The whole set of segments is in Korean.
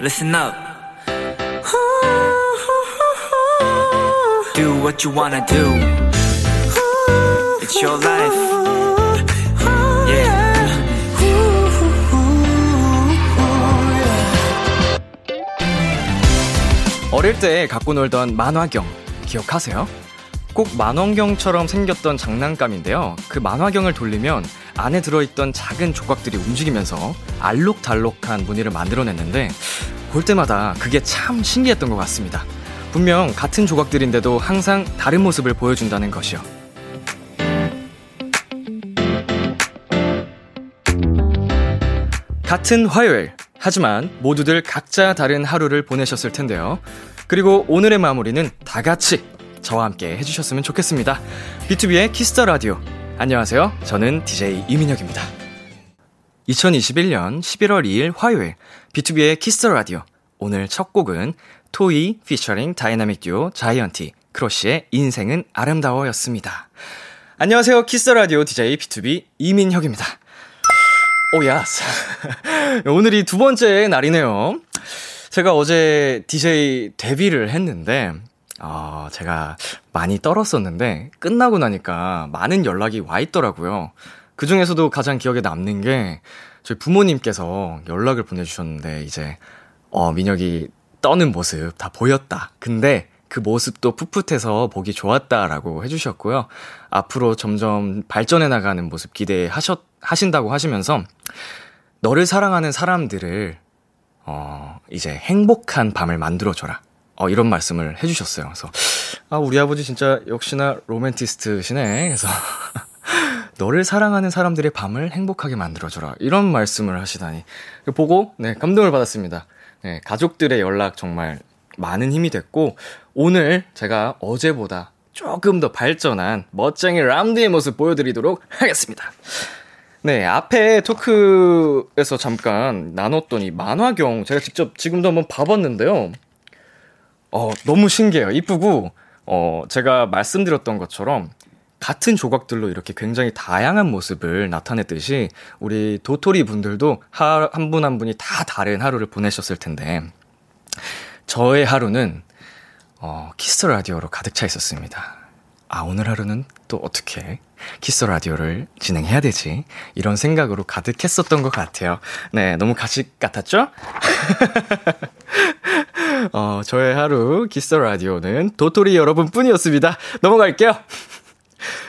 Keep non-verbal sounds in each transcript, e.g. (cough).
Listen up. Do what you wanna do. It's your life. Yeah. 어릴 때 갖고 놀던 만화경 기억하세요? 꼭 만원경처럼 생겼던 장난감인데요. 그 만화경을 돌리면 안에 들어있던 작은 조각들이 움직이면서 알록달록한 무늬를 만들어냈는데 볼 때마다 그게 참 신기했던 것 같습니다. 분명 같은 조각들인데도 항상 다른 모습을 보여준다는 것이요. 같은 화요일. 하지만 모두들 각자 다른 하루를 보내셨을 텐데요. 그리고 오늘의 마무리는 다 같이 저와 함께 해주셨으면 좋겠습니다. B2B의 키스터 라디오. 안녕하세요. 저는 DJ 이민혁입니다. 2021년 11월 2일 화요일 B2B의 키스터 라디오. 오늘 첫 곡은 토이 피처링 다이나믹 듀오 자이언티 크로쉬의 인생은 아름다워였습니다. 안녕하세요. 키스터 라디오 DJ B2B 이민혁입니다. 오야. (laughs) 오늘이 두 번째 날이네요. 제가 어제 DJ 데뷔를 했는데, 어, 제가 많이 떨었었는데, 끝나고 나니까 많은 연락이 와 있더라고요. 그 중에서도 가장 기억에 남는 게, 저희 부모님께서 연락을 보내주셨는데, 이제, 어, 민혁이 떠는 모습 다 보였다. 근데 그 모습도 풋풋해서 보기 좋았다라고 해주셨고요. 앞으로 점점 발전해 나가는 모습 기대하셨, 하신다고 하시면서, 너를 사랑하는 사람들을 어 이제 행복한 밤을 만들어줘라. 어 이런 말씀을 해주셨어요. 그래서 아 우리 아버지 진짜 역시나 로맨티스트시네. 그래서 (laughs) 너를 사랑하는 사람들의 밤을 행복하게 만들어줘라. 이런 말씀을 하시다니 보고 네 감동을 받았습니다. 네 가족들의 연락 정말 많은 힘이 됐고 오늘 제가 어제보다 조금 더 발전한 멋쟁이 람디의 모습 보여드리도록 하겠습니다. 네, 앞에 토크에서 잠깐 나눴던 이 만화경 제가 직접 지금도 한번 봐봤는데요. 어, 너무 신기해요. 이쁘고, 어, 제가 말씀드렸던 것처럼 같은 조각들로 이렇게 굉장히 다양한 모습을 나타냈듯이 우리 도토리 분들도 한 분 한 분이 다 다른 하루를 보내셨을 텐데 저의 하루는 어, 키스 라디오로 가득 차 있었습니다. 아, 오늘 하루는 또 어떻게 키스 라디오를 진행해야 되지? 이런 생각으로 가득했었던 것 같아요. 네, 너무 가식 같았죠? (laughs) 어, 저의 하루 키스 라디오는 도토리 여러분뿐이었습니다. 넘어갈게요.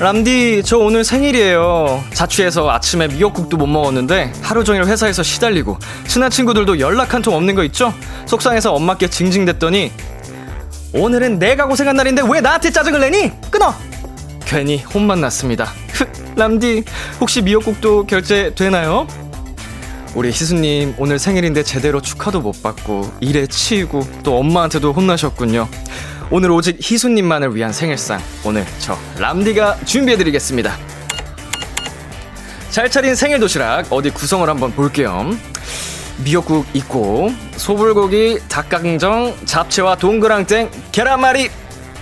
람디, 저 오늘 생일이에요. 자취해서 아침에 미역국도 못 먹었는데 하루 종일 회사에서 시달리고 친한 친구들도 연락 한 통 없는 거 있죠? 속상해서 엄마께 징징댔더니 오늘은 내가 고생한 날인데 왜 나한테 짜증을 내니? 끊어! 괜히 혼만 났습니다. (laughs) 흑, 람디, 혹시 미역국도 결제되나요? 우리 희수님 오늘 생일인데 제대로 축하도 못 받고 일에 치이고 또 엄마한테도 혼나셨군요. 오늘 오직 희수님만을 위한 생일상 오늘 저 람디가 준비해드리겠습니다. 잘 차린 생일 도시락 어디 구성을 한번 볼게요. 미역국 있고 소불고기, 닭강정, 잡채와 동그랑땡, 계란말이.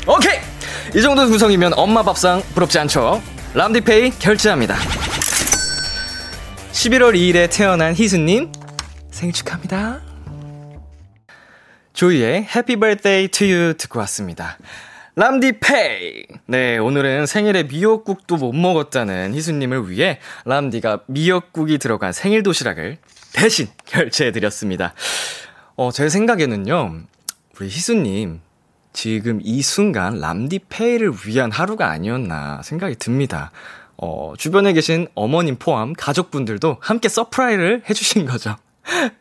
오케이. 이 정도 구성이면 엄마 밥상 부럽지 않죠? 람디페이 결제합니다. 11월 2일에 태어난 희수님 생일 축하합니다. 조이의 Happy Birthday to You 듣고 왔습니다. 람디페이! 네, 오늘은 생일에 미역국도 못 먹었다는 희수님을 위해 람디가 미역국이 들어간 생일 도시락을 대신 (laughs) 결제해드렸습니다. 어, 제 생각에는요, 우리 희수님, 지금 이 순간 람디페이를 위한 하루가 아니었나 생각이 듭니다. 어, 주변에 계신 어머님 포함 가족분들도 함께 서프라이를 해주신 거죠. (laughs)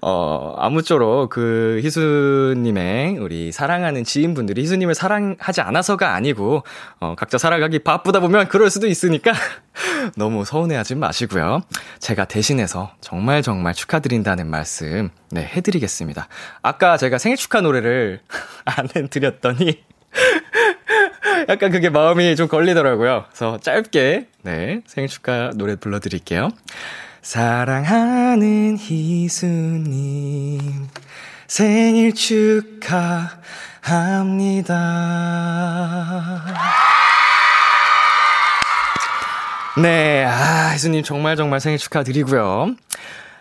어, 아무쪼록 그 희수님의 우리 사랑하는 지인분들이 희수님을 사랑하지 않아서가 아니고, 어, 각자 살아가기 바쁘다 보면 그럴 수도 있으니까 (laughs) 너무 서운해하지 마시고요. 제가 대신해서 정말 정말 축하드린다는 말씀, 네, 해드리겠습니다. 아까 제가 생일 축하 노래를 (laughs) 안 해드렸더니, (laughs) 약간 그게 마음이 좀 걸리더라고요. 그래서 짧게 네 생일 축하 노래 불러드릴게요. 사랑하는 희수님 생일 축하합니다. 네, 아, 희수님 정말 정말 생일 축하드리고요.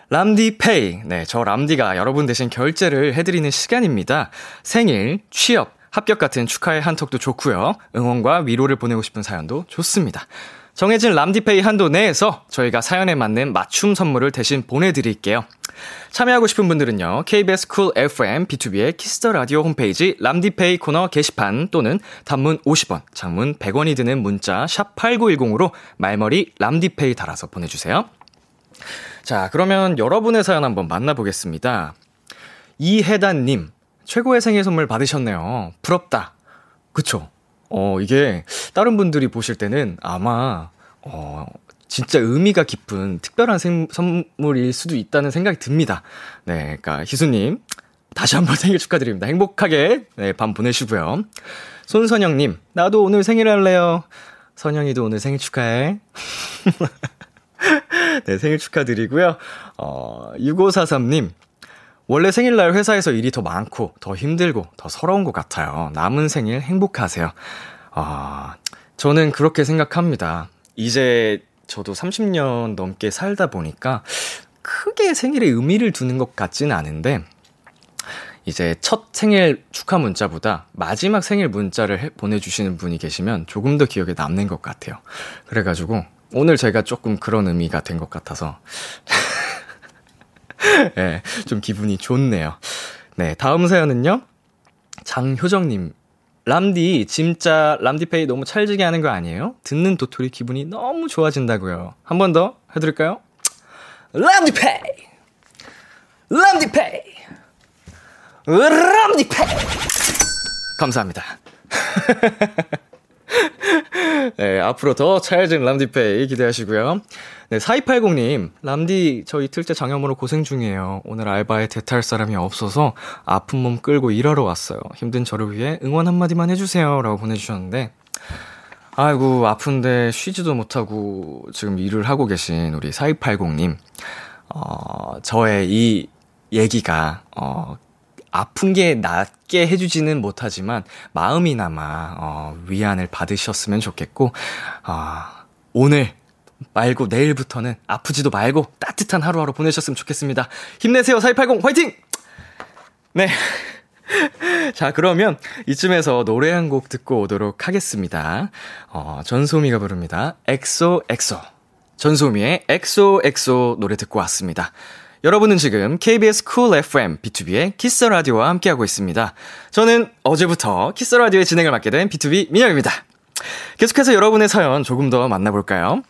람디페이. 네, 저 람디가 여러분 대신 결제를 해드리는 시간입니다. 생일, 취업, 합격 같은 축하의 한턱도 좋고요. 응원과 위로를 보내고 싶은 사연도 좋습니다. 정해진 람디페이 한도 내에서 저희가 사연에 맞는 맞춤 선물을 대신 보내드릴게요. 참여하고 싶은 분들은요, KBS 쿨 FM B2B의 키스터 라디오 홈페이지 람디페이 코너 게시판 또는 단문 50원, 장문 100원이 드는 문자 샵8910으로 말머리 람디페이 달아서 보내주세요. 자, 그러면 여러분의 사연 한번 만나보겠습니다. 이혜단님, 최고의 생일 선물 받으셨네요. 부럽다. 그쵸? 어, 이게, 다른 분들이 보실 때는 아마, 어, 진짜 의미가 깊은 특별한 생- 선물일 수도 있다는 생각이 듭니다. 네, 그니까, 희수님, 다시 한번 (laughs) 생일 축하드립니다. 행복하게, 네, 밤 보내시고요. 손선영님, 나도 오늘 생일 할래요. 선영이도 오늘 생일 축하해. (laughs) 네, 생일 축하드리고요. 어, 6543님. 원래 생일날 회사에서 일이 더 많고, 더 힘들고, 더 서러운 것 같아요. 남은 생일 행복하세요. 아, 저는 그렇게 생각합니다. 이제 저도 30년 넘게 살다 보니까, 크게 생일에 의미를 두는 것 같진 않은데, 이제 첫 생일 축하 문자보다 마지막 생일 문자를 해- 보내주시는 분이 계시면 조금 더 기억에 남는 것 같아요. 그래가지고 오늘 제가 조금 그런 의미가 된 것 같아서 예, 좀 기분이 좋네요. 네, 다음 사연은요. 장효정님. 람디, 진짜 람디페이 너무 찰지게 하는 거 아니에요? 듣는 도토리 기분이 너무 좋아진다고요. 한 번 더 해드릴까요? 람디페이! 람디페이! 람디페이! 감사합니다. 네, 앞으로 더 찰진 람디페이 기대하시고요. 네, 4280님, 람디, 저 이틀째 장염으로 고생 중이에요. 오늘 알바에 대탈 사람이 없어서 아픈 몸 끌고 일하러 왔어요. 힘든 저를 위해 응원 한마디만 해주세요. 라고 보내주셨는데, 아이고, 아픈데 쉬지도 못하고 지금 일을 하고 계신 우리 4280님, 어, 저의 이 얘기가, 어, 아픈 게 낫게 해주지는 못하지만 마음이나마 어, 위안을 받으셨으면 좋겠고 아 오늘 말고 내일부터는 아프지도 말고 따뜻한 하루하루 보내셨으면 좋겠습니다. 힘내세요 4280 화이팅! 네. 자, 그러면 이쯤에서 노래 한 곡 듣고 오도록 하겠습니다. 어, 전소미가 부릅니다. 엑소엑소. 전소미의 엑소엑소 노래 듣고 왔습니다. 여러분은 지금 KBS 쿨 FM B2B의 키스 라디오와 함께하고 있습니다. 저는 어제부터 키스 라디오의 진행을 맡게 된 B2B 민혁입니다. 계속해서 여러분의 사연 조금 더 만나볼까요?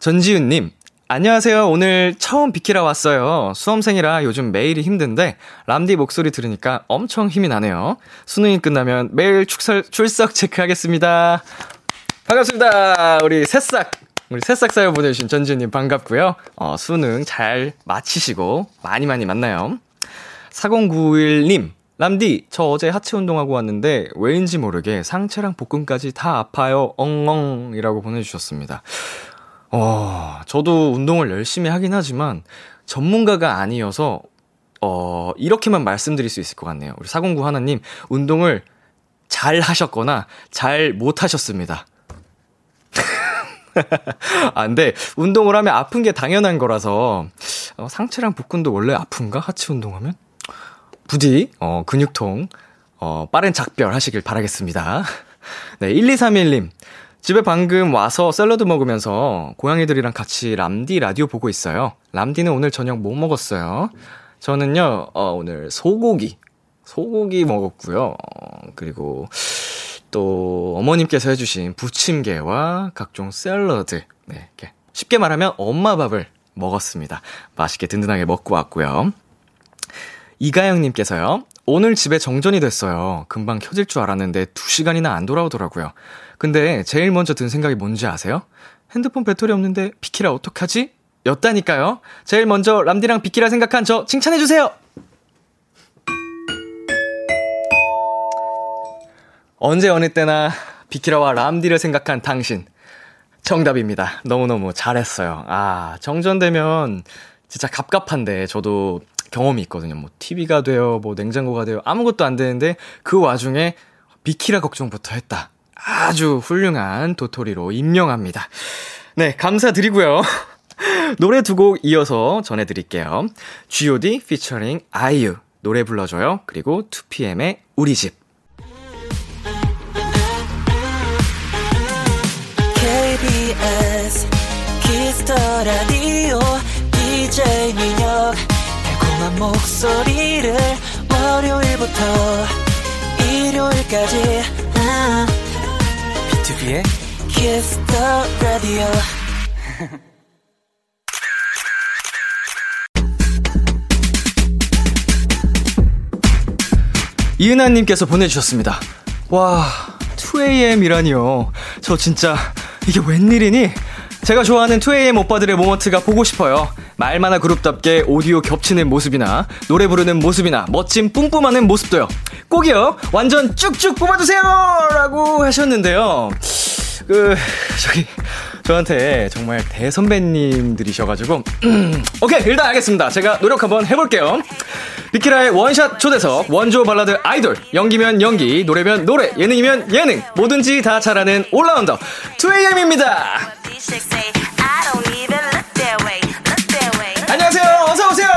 전지윤님, 안녕하세요. 오늘 처음 비키라 왔어요. 수험생이라 요즘 매일이 힘든데, 람디 목소리 들으니까 엄청 힘이 나네요. 수능이 끝나면 매일 축설, 출석 체크하겠습니다. 반갑습니다. 우리 새싹. 우리 새싹 사연 보내주신 전지윤님 반갑고요. 어, 수능 잘 마치시고, 많이 많이 만나요. 4091님. 람디, 저 어제 하체 운동하고 왔는데 왜인지 모르게 상체랑 복근까지 다 아파요. 엉엉이라고 보내주셨습니다. 어, 저도 운동을 열심히 하긴 하지만 전문가가 아니어서 어, 이렇게만 말씀드릴 수 있을 것 같네요. 우리 409 하나님, 운동을 잘 하셨거나 잘 못하셨습니다. (laughs) 아, 근데 운동을 하면 아픈 게 당연한 거라서 어, 상체랑 복근도 원래 아픈가? 하체 운동하면? 부디 어, 근육통 어, 빠른 작별 하시길 바라겠습니다. 네, 1231님. 집에 방금 와서 샐러드 먹으면서 고양이들이랑 같이 람디 라디오 보고 있어요. 람디는 오늘 저녁 뭐 먹었어요? 저는요, 어, 오늘 소고기. 소고기 먹었고요. 어, 그리고 또 어머님께서 해주신 부침개와 각종 샐러드. 네, 이렇게 쉽게 말하면 엄마 밥을 먹었습니다. 맛있게 든든하게 먹고 왔고요. 이가영님께서요. 오늘 집에 정전이 됐어요. 금방 켜질 줄 알았는데 2시간이나 안 돌아오더라고요. 근데 제일 먼저 든 생각이 뭔지 아세요? 핸드폰 배터리 없는데 비키라 어떡하지? 였다니까요. 제일 먼저 람디랑 비키라 생각한 저 칭찬해주세요! 언제 어느 때나 비키라와 람디를 생각한 당신. 정답입니다. 너무너무 잘했어요. 아, 정전되면 진짜 갑갑한데 저도 경험이 있거든요. 뭐 TV가 돼요, 뭐 냉장고가 돼요. 아무것도 안 되는데 그 와중에 비키라 걱정부터 했다. 아주 훌륭한 도토리로 임명합니다. 네, 감사드리고요. (laughs) 노래 두 곡 이어서 전해드릴게요. G.O.D. 피처링 아이유 노래 불러줘요. 그리고 2PM의 우리 집. KBS 키스터 라디오 DJ 민혁 달콤한 목소리를 월요일부터 일요일까지 아, 비투비의 키스터 라디오 이은하님께서 보내주셨습니다. 와, 2AM이라니요. 저 진짜, 이게 웬일이니? 제가 좋아하는 2AM 오빠들의 모먼트가 보고 싶어요. 말만화 그룹답게 오디오 겹치는 모습이나, 노래 부르는 모습이나, 멋진 뿜뿜하는 모습도요. 꼭이요! 완전 쭉쭉 뽑아주세요! 라고 하셨는데요. 그, 저기, 저한테 정말 대선배님들이셔가지고, 음, 오케이, 일단 알겠습니다. 제가 노력 한번 해볼게요. 비키라의 원샷 초대석, 원조 발라드 아이돌, 연기면 연기, 노래면 노래, 예능이면 예능, 뭐든지 다 잘하는 올라운더, 2AM입니다! 안녕하세요, 어서오세요!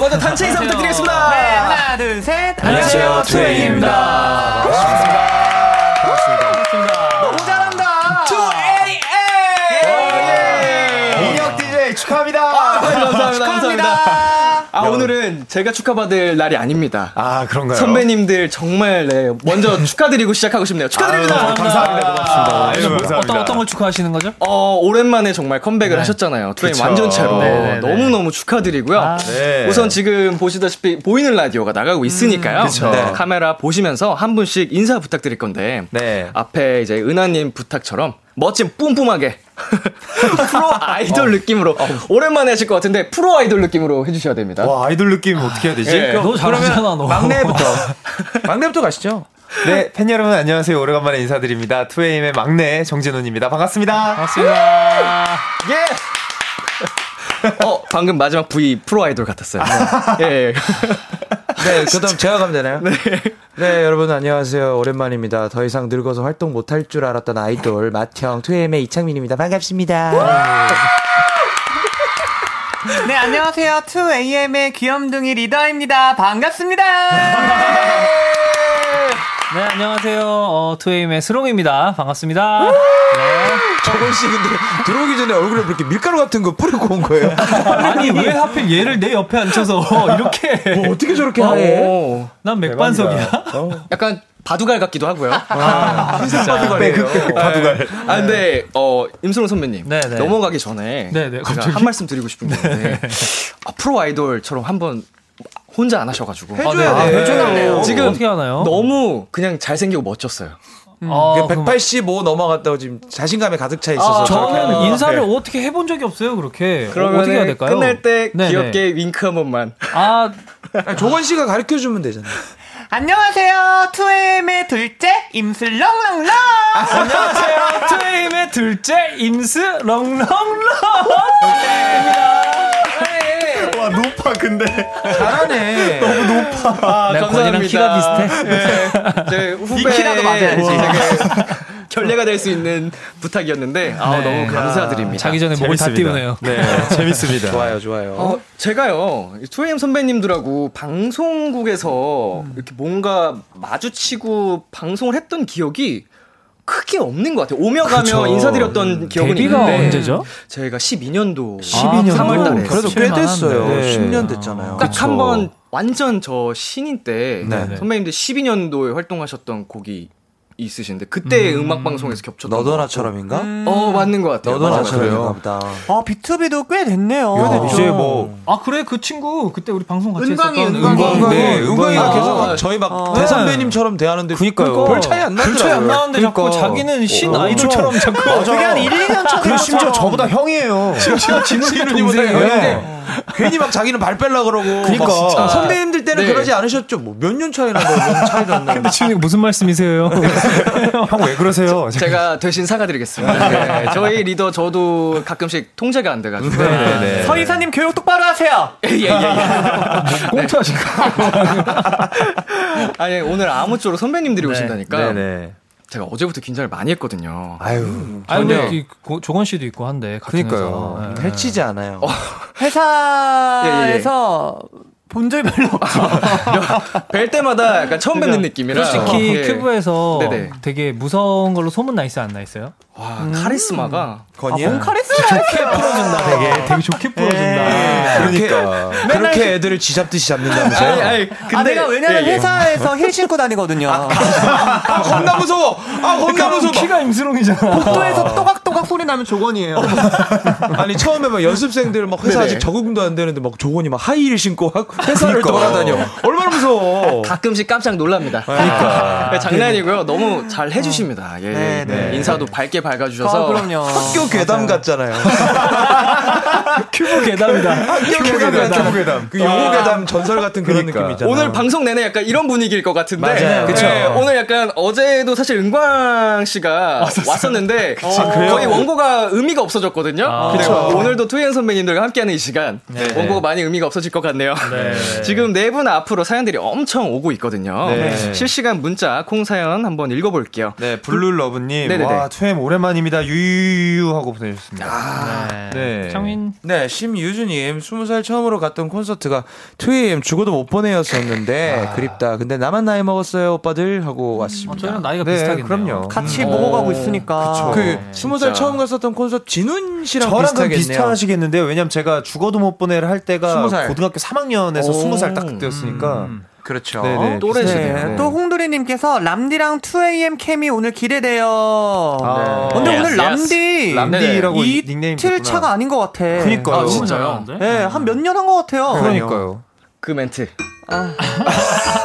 먼저 단체 인사 부탁드리겠습니다! 네, 하나 둘셋 안녕하세요, 2AM입니다. 너무 잘한다 2AM 예. 민혁 DJ 아, 축하합니다 (laughs) 감사합니다, 감사합니다. 아, 오늘은 제가 축하받을 날이 아닙니다. 아 그런가요 선배님들 정말 네 먼저 축하드리고 시작하고 싶네요. 축하드립니다. 아유, 감사합니다 고맙습니다 아유, 감사합니다. 어떤 어떤 걸 축하하시는 거죠? 어 오랜만에 정말 컴백을 하셨잖아요. 투엠 완전체로 네. 네네네. 너무 너무 축하드리고요. 네. 우선 지금 보시다시피 보이는 라디오가 나가고 있으니까요. 음. 그쵸. 네. 카메라 보시면서 한 분씩 인사 부탁드릴 건데 네. 앞에 이제 은하님 부탁처럼 멋진 뿜뿜하게 (laughs) 프로 어. 아이돌 느낌으로 오랜만에 하실 것 같은데 프로 아이돌 느낌으로 해주셔야 됩니다. 와 아이돌 느낌 어떻게 해야 되지 예. 그럼 너 잘하잖아, 그러면 너. 막내부터 막내부터 가시죠. 네 팬 여러분 안녕하세요 오래간만에 인사드립니다 2AM의 막내 정진훈입니다 반갑습니다 맞습니다. 예 어 방금 마지막 V 프로 아이돌 같았어요. 네. 예. 네, 그다음 제가 가면 되나요? 네. 여러분 안녕하세요. 오랜만입니다. 더 이상 늙어서 활동 못할 줄 알았던 아이돌 마티형 2AM의 이창민입니다. 반갑습니다. 네 안녕하세요 2AM의 귀염둥이 리더입니다 반갑습니다 네, 안녕하세요. 어, 2AM의 스롱입니다. 반갑습니다. 저건 씨 근데 들어오기 전에 얼굴에 그렇게 밀가루 같은 거 뿌리고 온 거예요? 아니, 왜 하필 얘를 내 옆에 앉혀서 이렇게. 어떻게 저렇게 아, 어, 예. 하얘? 오, 난 맥반석이야. 약간 바둑알 같기도 하고요. 네, 바둑알 아 근데 어 임승훈 선배님 네, 네. 넘어가기 전에 네, 네, 제가 갑자기? 네. 한 말씀 드리고 싶은 게 있는데 아, 프로 아이돌처럼 한번 혼자 안 하셔가지고 해줘야 돼. 해줘야 돼. 지금 아, 네, 어떻게 하나요? 너무 그냥 잘생기고 멋졌어요. 아, 그럼 185 넘어갔다고 지금 자신감에 가득 차 있어서 저렇게 하는 저는 거. 인사를 어떻게 해본 적이 없어요, 그렇게. 그러면 어떻게 해야 될까요? 끝날 때 네, 네. 귀엽게 윙크 한 번만. 아, 아니, 조건 씨가 가르쳐 주면 되잖아요. 안녕하세요 2AM의 둘째 임슬렁렁렁 안녕하세요. 2AM의 둘째 임스 롱롱롱. 와 높아 근데 잘하네. 아, 내가 네, 권이랑 키가 비슷해. 네, 이제 후배 키라도 맞아야지. 되게 (laughs) 결례가 될 수 있는 부탁이었는데 아 너무 감사드립니다. 네. 자기 전에 목을 다 띄우네요. 네 재밌습니다 좋아요, 좋아요. 어, 제가요, 2AM 선배님들하고 방송국에서 음. 이렇게 뭔가 마주치고 방송을 했던 기억이 크게 없는 것 같아요. 오며 가며 그쵸. 음. 인사드렸던 기억은 데뷔가 있는데 언제죠? 제가 12년도 12년도? 3월 달에 그래도 꽤 실망하는데. 됐어요. 네. 10년 됐잖아요. 딱 한 번 완전 저 신인 때 네네. 선배님들 12년도에 활동하셨던 곡이 있으신데 그때 음. 악 방송에서 겹쳤던 너도나처럼인가? 거. 어 맞는 것 같아요. 너도나처럼인가 보다. 아 비투비도 꽤 됐네요. 이제 뭐 아 그래 그 친구 그때 우리 방송 같이 은광이, 했었던 은광이. 은광. 네, 은광이. 은광이가 아, 계속 막 아, 저희 막 대선배님처럼 대하는데 그러니까 그니까요. 별 차이 안 그러니까. 어, 나더라고요. 차이 안 나는데 자꾸 자기는 신 아이돌처럼 자꾸 그게 한 1, 2년 차 그리고 심지어 저보다 (laughs) 형이에요. 네. (laughs) 괜히 막 자기는 발 뺄라 그러고 그니까. 막 진짜 선배님들 때는 네. 그러지 않으셨죠? 뭐 몇 년 차이 난다고 차이 났나? 근데 지금 무슨 (laughs) 말씀이세요? 형 왜 그러세요? 제가 대신 사과드리겠습니다. 네, 저희 리더 저도 가끔씩 통제가 안 돼가지고 네. 네. 예, 서 이사님 교육 똑바로 하세요. 아니 오늘 아무쪼록 선배님들이 오신다니까 네네. 제가 어제부터 긴장을 많이 했거든요. 아유, 아니 전혀. 근데 그 조건 씨도 있고 한데 같은 그니까요. 회사. 네. 해치지 않아요. 회사에서 본 적이 별로 없죠. 뵐 때마다 약간 처음 뵙는 느낌이라 그러니까 솔직히 어, 예. 큐브에서 네네. 되게 무서운 걸로 소문 나 있어 안 나 있어요? 와 카리스마가 건이야. 카리스마 있어요. 풀어준다 네, 되게 되게 좋게 풀어준다. 그러니까 그렇게 애들을 쥐잡듯이 잡는다면서요? 아 내가 왜냐면 예, 예. 회사에서 힐 신고 다니거든요. 아 겁나 무서워. 아 겁나 무서워. 그러니까 키가 임수롱이잖아. 복도에서 또각또각 소리 나면 조건이에요. (laughs) 아니 처음에 막 연습생들 막 회사 아직 적응도 안 되는데 막 조건이 막 하이힐 신고 막 회사를 돌아다녀. 얼마나 무서워. 가끔씩 깜짝 놀랍니다. 네, 장난이고요. 너무 잘 해주십니다. 예, 예. 네, 네. 인사도 밝게 밝아주셔서 아, 그럼요. 학교 괴담 같잖아요. 큐브 괴담이다. 학교 괴담 그러니까. 같은 그 영어 괴담 전설 같은 그런 느낌이잖아요. 오늘 방송 내내 약간 이런 분위기일 것 같은데 맞아요. 네. 예, 그쵸. 오늘 약간 어제도 사실 은광 씨가 (laughs) 왔었는데 아, 어, 거의 원고가 의미가 없어졌거든요. 근데 오늘도 투현 선배님들과 함께하는 이 시간 네. 원고가 많이 의미가 없어질 것 같네요. 지금 네 분 앞으로 사연들이 엄청 오고 있거든요. 네. 실시간 문자 콩 사연 한번 읽어볼게요. 네, 블루러브님. 네네네. 와, 투엠 오랜만입니다. 유유유 하고 보내주셨습니다. 네. 창민 네, 심유준님 20살 처음으로 갔던 콘서트가 2AM 죽어도 못 보내였었는데 그립다. 근데 나만 나이 먹었어요, 오빠들 하고 왔습니다. 저희랑 나이가 네, 비슷하겠네요. 음. 그럼요. 같이 먹어가고 있으니까. 그 20살 처음 갔었던 콘서트 진훈 씨랑 저랑 좀 비슷하겠네요. 비슷하시겠는데요. 왜냐면 제가 죽어도 못 보내를 할 때가 20살. 고등학교 3학년에서 오. 20살 딱 음, 그때였으니까. 그렇죠. 네네. 또래시네요. 네. 또 홍두리님께서 람디랑 2AM 캠이 오늘 기대돼요. 아. 근데 Yes, 오늘 yes. 람디 람디라고 네. 닉네임 이틀 차가 아닌 것 같아. 그니까요. 아, 진짜. 예, 한 몇 년 한 것 같아요. 그러니까요. 그 멘트.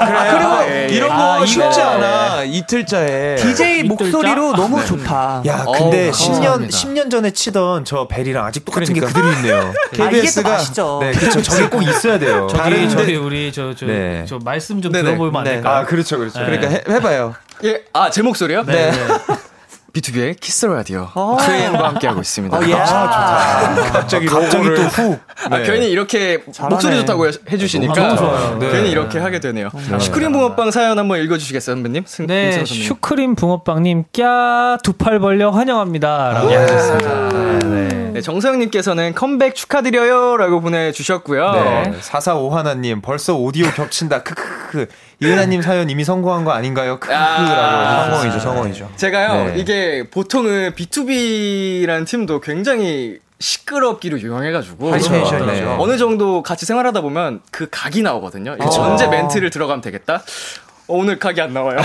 아, 그리고 예. 이런 거 아, 쉽지 네. 이거. 않아. 이틀짜에. DJ 목소리로 너무 좋다. 야, 근데 어우, 10년 감사합니다. 10년 전에 치던 저 벨이랑 아직 똑같은 게 그대로 (laughs) 있네요. 아, 이게 또 KBS가 맛있죠. 네, 그렇죠. 저게 꼭 있어야 돼요. 저기 저기 우리 저 저 저 네. 말씀 좀 네네. 들어보면 안 네. 될까요? 아, 그렇죠. 그렇죠. 그러니까 해, 해봐요. 예, 아, 제 목소리요? 네. B2B의 키스 라디오. 트레인과 함께하고 있습니다. 아. 어, 예. 아, 아, 갑자기 네. 갑자기 또 훅. 아, 괜히 이렇게 목소리 좋다고 해- 해주시니까 너무 좋아요. 네. 괜히 이렇게 하게 되네요. 슈크림 붕어빵 사연 한번 읽어주시겠어요, 선배님? 승, 네, 음, 임선 선배님. 슈크림 붕어빵님 꺄 두 팔 벌려 환영합니다. 라고 아, 네, 정서영님께서는 컴백 축하드려요라고 어. 보내주셨고요. 네. 4451님 벌써 오디오 겹친다. 크크크. 이은하 님 사연 이미 성공한 거 아닌가요? 네. 아, 크크크라고. 성공이죠, 성공이죠. 제가요 네. 이게 보통은 B2B라는 팀도 굉장히 시끄럽기로 유명해가지고 하이텐션이죠. 네. 어느 정도 같이 생활하다 보면 그 각이 나오거든요. 이게 언제 멘트를 들어가면 되겠다. 어, 오늘 각이 안 나와요.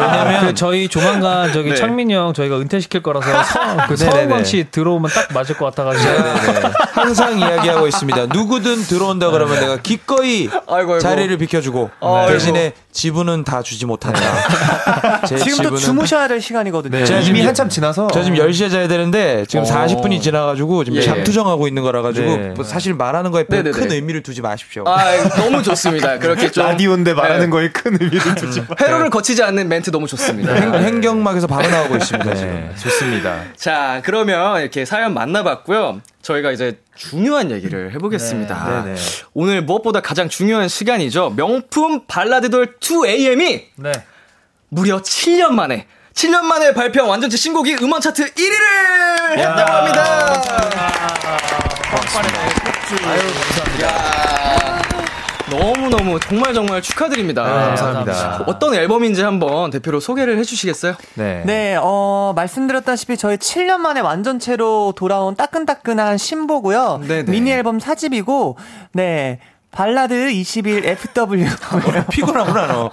왜냐면 그 저희 조만간 저기 네. 창민이 형 저희가 은퇴시킬 거라서 서- 그 서울광 씨 들어오면 딱 맞을 것 같아가지고 네네네. 항상 이야기하고 있습니다. 누구든 들어온다 그러면 내가 기꺼이 아이고, 아이고. 자리를 비켜주고 아이고. 대신에 지분은 다 주지 못한다. (laughs) 제 지금도 지분은- 주무셔야 될 시간이거든요. 제가 이미 지금- 한참 지나서 저 지금 10시에 자야 되는데 지금 40분이 지나가지고 지금 어. 예. 잠투정하고 있는 거라 가지고 네. 뭐 사실 말하는 거에 별큰 네네네. 의미를 두지 마십시오. 아 너무 좋습니다. 그렇게 좀 라디오인데 말하는 네. 거에 큰 의미. 의미를 두지 마. 회로를 거치지 않는 멘트 너무 좋습니다. 행, 경막에서 바로 나오고 있습니다 지금. 네, 좋습니다. 자, 그러면 이렇게 사연 만나봤고요. 저희가 이제 중요한 얘기를 해보겠습니다. 네, 네, 네. 오늘 무엇보다 가장 중요한 시간이죠. 명품 발라드돌 2AM이 네. 무려 7년 만에 7년 만에 발표한 완전체 신곡이 음원 차트 1위를 했다고 합니다. 너무 너무 정말 정말 축하드립니다. 아, 네, 감사합니다. 어떤 앨범인지 한번 대표로 소개를 해주시겠어요? 네. 네, 어, 말씀드렸다시피 저희 7년 만에 완전체로 돌아온 따끈따끈한 어, 신보고요. 네네. 미니 앨범 사집이고, 네. 발라드 21 FW. 피곤하구나, 너.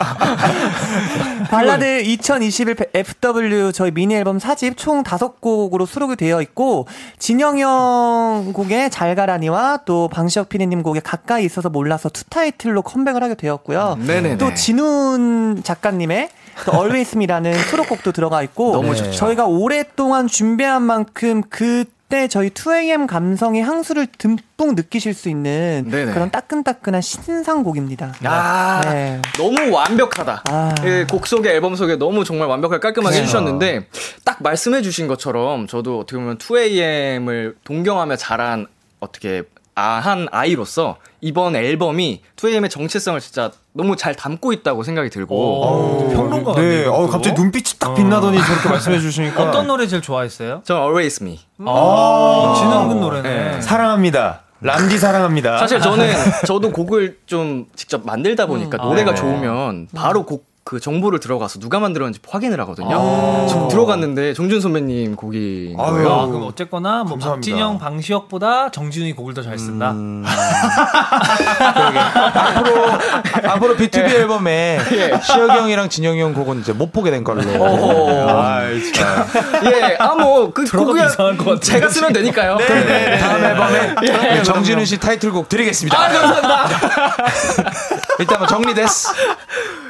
발라드 2021 FW 저희 미니 앨범 사집 총 5곡으로 수록이 되어 있고, 진영 형 곡의 잘 가라니와 또 방시혁 피디님 곡의 가까이 있어서 몰라서 투 타이틀로 컴백을 하게 되었고요. 음, 네네네. 또 진훈 작가님의 또 Always Me라는 (laughs) 수록곡도 들어가 있고 너무 좋죠. 저희가 오랫동안 준비한 만큼 그때 저희 2AM 감성의 향수를 듬뿍 느끼실 수 있는 네네. 그런 따끈따끈한 신상곡입니다. 아, 네. 너무 완벽하다. 아. 예, 곡 속에 앨범 속에 너무 정말 완벽하게 깔끔하게 해주셨는데 딱 말씀해주신 것처럼 저도 어떻게 보면 2AM을 동경하며 자란 어떻게 아한 아이로서 이번 앨범이 2AM의 정체성을 진짜 너무 잘 담고 있다고 생각이 들고 어, 평론가 같네요, 어, 네. 어, 그것도. 갑자기 눈빛이 딱 빛나더니 저렇게 말씀해 주시니까 (laughs) 어떤 노래 제일 좋아했어요? 전 Always Me. 아, 진흥군 노래네. 아, 네. 사랑합니다. 람디 사랑합니다. 사실 저는 저도 곡을 좀 직접 만들다 보니까 노래가 좋으면 바로 곡 그 정보를 들어가서 누가 만들었는지 확인을 하거든요. 저 들어갔는데 정준 선배님 곡인 아유. 거예요. 아, 그럼 어쨌거나 뭐 감사합니다. 박진영, 방시혁보다 정준이 곡을 더 잘 쓴다. 앞으로 앞으로 BTV 예. 앨범에 시혁이 형이랑 진영이 형 곡은 이제 못 보게 된 걸로. 어허. 아, 음. (laughs) 진짜. 예, 아, 뭐, 그, 들어가면 그냥 이상할 것 같아요. 제가 쓰면 되니까요. 네, 네, 다음 앨범에 우리 정진우 씨 타이틀곡 드리겠습니다. 아, 감사합니다. (laughs) 일단 뭐 정리됐어.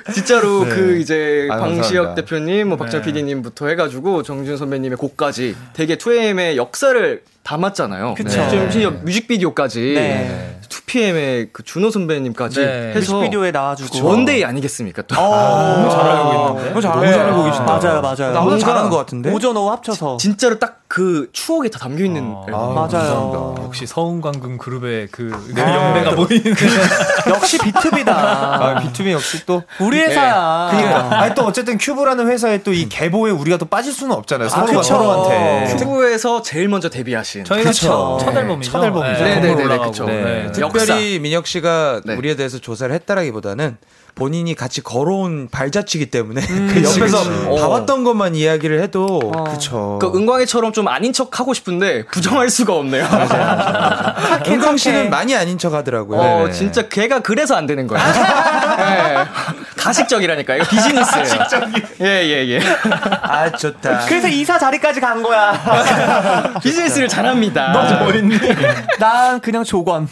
네. 진짜로 그 이제 아, 방시혁 감사합니다. 대표님, 뭐 네. 박찬 PD님부터 해가지고 정준 선배님의 곡까지 되게 2AM의 역사를 담았잖아요. 그쵸. 네. 지금 심지어 뮤직비디오까지 네. 2PM의 그 준호 선배님까지 네. 해서 그 뮤직비디오에 나와주고. 그 어. 원데이 아니겠습니까? 또. 너무 잘 알고 있는데. 너무 어, 잘 알고 계신다. 맞아요, 맞아요. 네. 나 혼자 뭔가 잘하는 것 같은데. 오전 오후 (laughs) 합쳐서. 진짜로 딱 그 추억이 다 담겨 있는 어. 앨범. 맞아요. 역시 서운광금 그룹의 그, 네. 그 연배가 보이는. (laughs) 역시 비트비다. 아, 비투비 역시 또 우리 회사야. 그러니까 아니 또 어쨌든 큐브라는 회사에 또 음. 이 계보에 우리가 또 빠질 수는 없잖아요. 서로가 그쵸. 네. 서로한테. 튜브에서 제일 먼저 데뷔하신 저희가 첫, 그쵸. 첫 앨범이죠. 첫 앨범이죠. 네, 네네네네, 네, 올라가고. 그쵸. 네. 네. 역사. 특별히 민혁 씨가 네. 우리에 대해서 조사를 했다라기보다는 본인이 같이 걸어온 발자취기 때문에 (laughs) 그 옆에서 그치. 봐왔던 것만 이야기를 해도 어. 그쵸. 그 은광이처럼 좀 아닌 척 하고 싶은데 부정할 수가 없네요. 은광 아, 씨는 많이 아닌 척 하더라고요. 어, 네네. 진짜 걔가 그래서 안 되는 거예요. 네. 예. (laughs) 가식적이라니까. 이거 비즈니스예요. 예, 예, 예. 아 좋다. 그러니까. 그래서 이사 자리까지 간 거야. 비즈니스를 잘합니다. 너무 멋있네. 난 그냥 조건.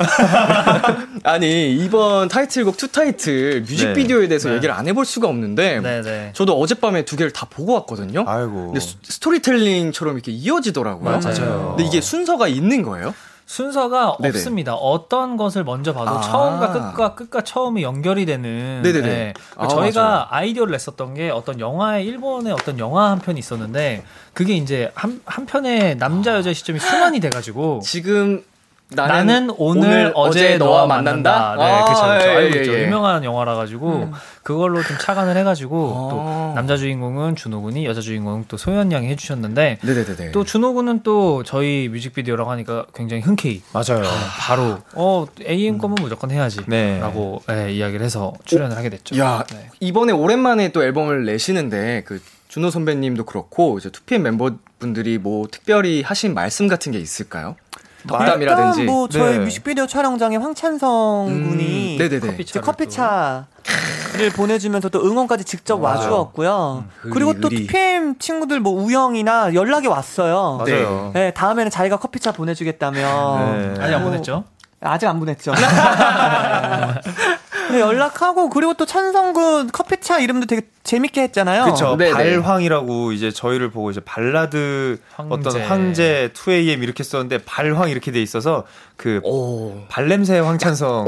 아니, 이번 타이틀곡 투 타이틀 뮤직비디오에 대해서 얘기를 안 해볼 수가 없는데 네. 네네. 저도 어젯밤에 두 개를 다 보고 왔거든요. 아이고. 근데 스- 스토리텔링처럼 이렇게 이어지더라고요. 맞아요. 근데 이게 순서가 있는 거예요? 순서가 네네. 없습니다. 어떤 것을 먼저 봐도 아. 처음과 끝과 끝과 처음이 연결이 되는. 네네네. 예. 아, 맞아요. 저희가 아이디어를 냈었던 게 어떤 영화의 일본의 어떤 영화 한 편이 있었는데 그게 이제 한, 한 편의 남자 여자 시점이 순환이 돼가지고 지금 아. 나는, 나는 오늘, 어제 너와 만난다. 네, 그쵸, 그쵸. 아, 알고 예, 있죠. 예, 예. 유명한 영화라 가지고 그걸로 좀 착안을 해가지고 아. 또 남자 주인공은 준호 군이 여자 주인공은 또 소연 양이 해주셨는데 네네네네. 또 준호 군은 또 저희 뮤직비디오라고 하니까 굉장히 흔쾌히 맞아요. 바로 어 AM 거면 무조건 해야지라고 네. 예, 이야기를 해서 출연을 하게 됐죠. 야 네. 이번에 오랜만에 또 앨범을 내시는데 그 준호 선배님도 그렇고 이제 2PM 멤버분들이 뭐 특별히 하신 말씀 같은 게 있을까요? 아, 덕담이라든지. 일단 뭐 저희 네. 뮤직비디오 촬영장에 황찬성 음, 군이 네네네. 이제 커피차를 보내주면서 또 응원까지 직접 와주었고요. 음, 그리고 또 의리. TPM 친구들 뭐 우영이나 연락이 왔어요. 네. 맞아요. 네, 다음에는 자기가 커피차 보내주겠다며. 네. 아직 안 뭐, (laughs) 보냈죠? 아직 안 보냈죠. 네, 연락하고 그리고 또 찬성군 커피차 이름도 되게 재밌게 했잖아요. 그쵸. 네, 네. 발황이라고 이제 저희를 보고 이제 발라드 황제. 어떤 황제 2AM 이렇게 썼는데 발황 이렇게 돼 있어서 그 오. 발냄새 황찬성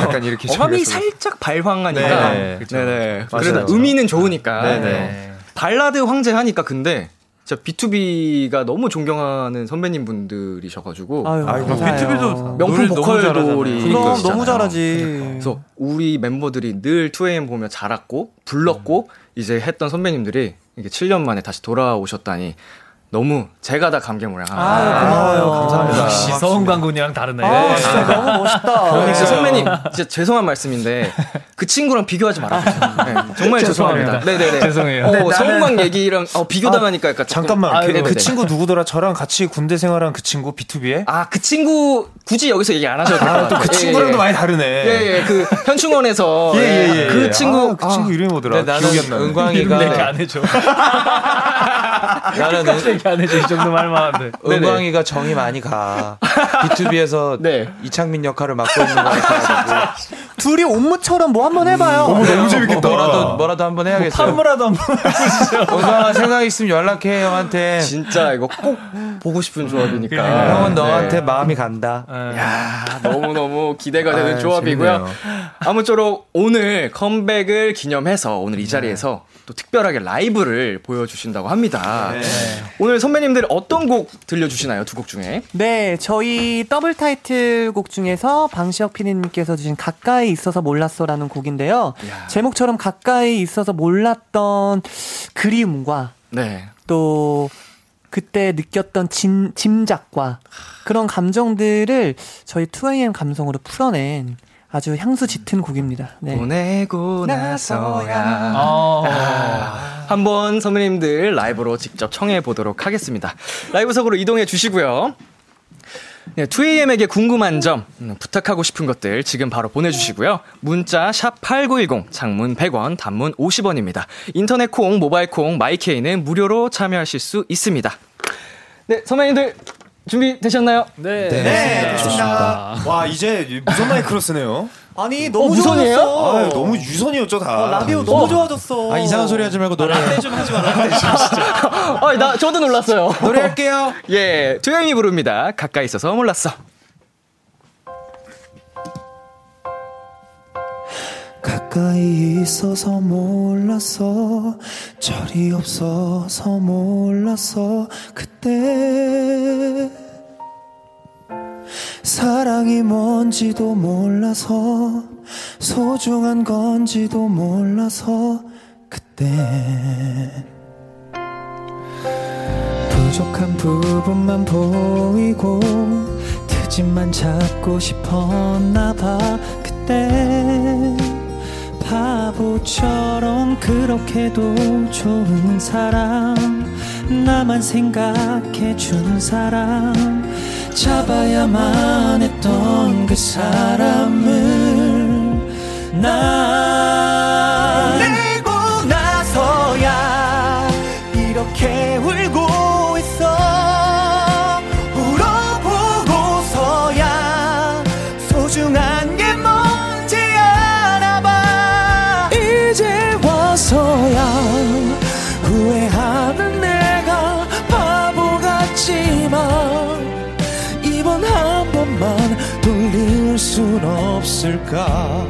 약간 이렇게 어감이 저희가 살짝 발황하니까. 네. 네네. 네네. 맞아요. 그래도 맞아요. 의미는 좋으니까. 네네. 발라드 황제 하니까 근데 진짜 B2B가 너무 존경하는 선배님 분들이셔가지고 아유, 아이고, 감사해요. 비투비도 명품 노래를 너무 보컬 잘하잖아요. 돌이 그럼 이거시잖아요. 너무 잘하지. 그래서 우리 멤버들이 늘 2AM 보면 잘았고 불렀고 이제 했던 선배님들이 이게 7년 만에 다시 돌아오셨다니 너무 제가 다 감개무량합니다. 아유, 고마워요. 감사합니다. 역시 서훈 광군이랑 다르네. 아, 진짜 너무 멋있다. 그러니까 선배님 진짜 죄송한 말씀인데 그 친구랑 비교하지 말아주세요. 네, 정말 죄송합니다. (laughs) 네네네. 죄송해요. 어, 성광 얘기랑 어, 비교당하니까 약간 조금- 잠깐만 아, 그, 네네네. 그 친구 누구더라? 저랑 같이 군대 생활한 그 친구 B2B에 아, 그 친구 굳이 여기서 얘기 안 하셔도 될 것 같아요. 또 그 친구랑도 많이 다르네. 예, 예, 그 현충원에서 예, 예, 예. 그 친구 아, 그 친구 이름이 뭐더라? 근데 나는 기억이 안 나네. 이름 얘기 은광이가 음, 안 해줘. 나는 똑같이 (laughs) 얘기 안 해줘. 이 정도면 할 네. 만한데. 은- 은광이가 정이 많이 가. B2B에서 네. 이창민 역할을 맡고 있는 거 같아. 둘이 옴무처럼 뭐 한번 해봐요. 너무 재밌겠다. 뭐라도 어, 뭐라도 한번 (laughs) 해야겠어요. 선물라도 한번 은광아 생각 있으면 연락해 형한테. 네. 진짜 이거 꼭 보고 싶은 조합이니까. 예. 네. 아, 형은 너한테 마음이 간다. 너무 너무 기대가 되는 조합이고요. 아무쪼록 오늘 컴백을 기념해서 오늘 이 자리에서 또 특별하게 라이브를 보여주신다고 합니다. 오늘 선배님들 어떤 곡 들려주시나요? 두 곡 중에? 네, 저희 더블 타이틀곡 중에서 방시혁 PD님께서 주신 가까이 있어서 몰랐어라는 곡인데요. 제목처럼 가까이 있어서 몰랐던 그리움과 네. 또 그때 느꼈던 짐, 짐작과 그런 감정들을 저희 2AM 감성으로 풀어낸 아주 향수 짙은 곡입니다. 네. 보내고 나서야. 아. 한번 선배님들 라이브로 직접 청해 보도록 하겠습니다. 라이브석으로 이동해 주시고요. 네, 2AM에게 궁금한 점, 음, 부탁하고 싶은 것들 지금 바로 보내주시고요. 문자 샵 8910, 장문 100원, 단문 50원입니다. 인터넷 콩, 모바일 콩, 마이케이는 무료로 참여하실 수 있습니다. 네, 선배님들 준비되셨나요? 네. 네, 좋습니다. 와 이제 무선 마이크로 쓰네요. 어, 아니, 너무 무선이에요? 좋아졌어. 아유, 너무 유선이었죠 다. 라디오 너무 좋아졌어. 아 이상한 소리 하지 말고 노래 아, 나 저도 놀랐어요. 노래할게요. 예, 투영이 부릅니다. 가까이 있어서 몰랐어. 가까이 있어서 몰랐어 절이 없어서 몰랐어 그때 사랑이 뭔지도 몰라서 소중한 건지도 몰라서 그때 부족한 부분만 보이고 트집만 잡고 싶었나 봐 그때 바보처럼 그렇게도 좋은 사람 나만 생각해 준 사람 잡아야만 했던 그 사람을 난 내고 나서야 이렇게 울고 있어 울어보고서야 소중한 게 뭔지 알아봐 이제 와서야 후회하는 내가 바보 같지만 이번 한 번만 돌릴 순 없을까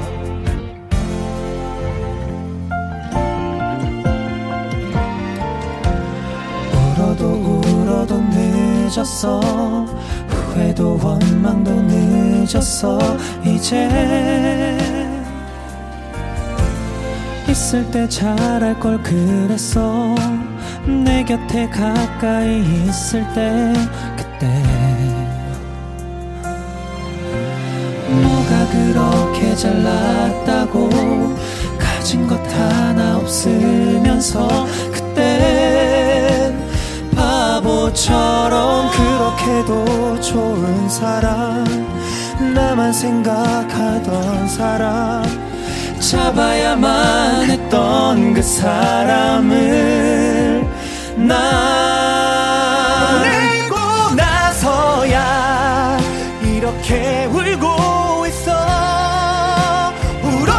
울어도 울어도 늦었어 후회도 원망도 늦었어 이제 있을 때 잘할 걸 그랬어 내 곁에 가까이 있을 때 그때 뭐가 그렇게 잘났다고 가진 것 하나 없으면서 그땐 바보처럼 그렇게도 좋은 사람 나만 생각하던 사람 잡아야만 했던 그 사람을 난 내고 나서야 이렇게 울고 있어 울어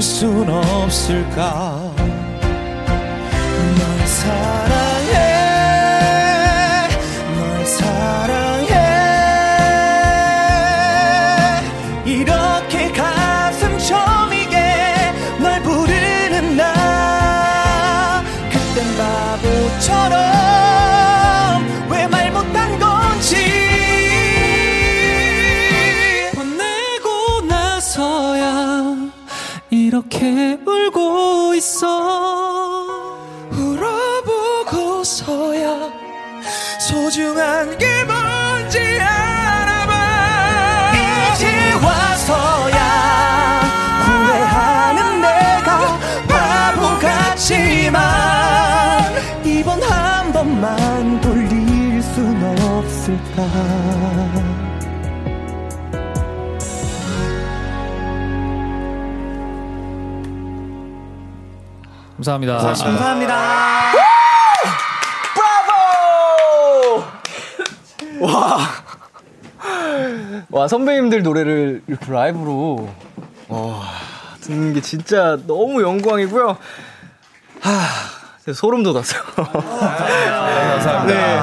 순 없을까 널 사랑해 널 사랑해 이렇게 가슴 처미게 널 부르는 나 그땐 바보처럼 왜 말 못한 건지 보내고 나서야 이렇게 울고 있어 울어보고서야 소중한 게 뭔지 알아봐 이제 와서야 후회하는 내가 바보 같지만 이번 한 번만 돌릴 순 없을까 감사합니다. 감사합니다. 와 선배님들 노래를 이렇게 라이브로 와 듣는 게 진짜 너무 영광이고요. 하 진짜 소름 돋았어요. 감사합니다. 네,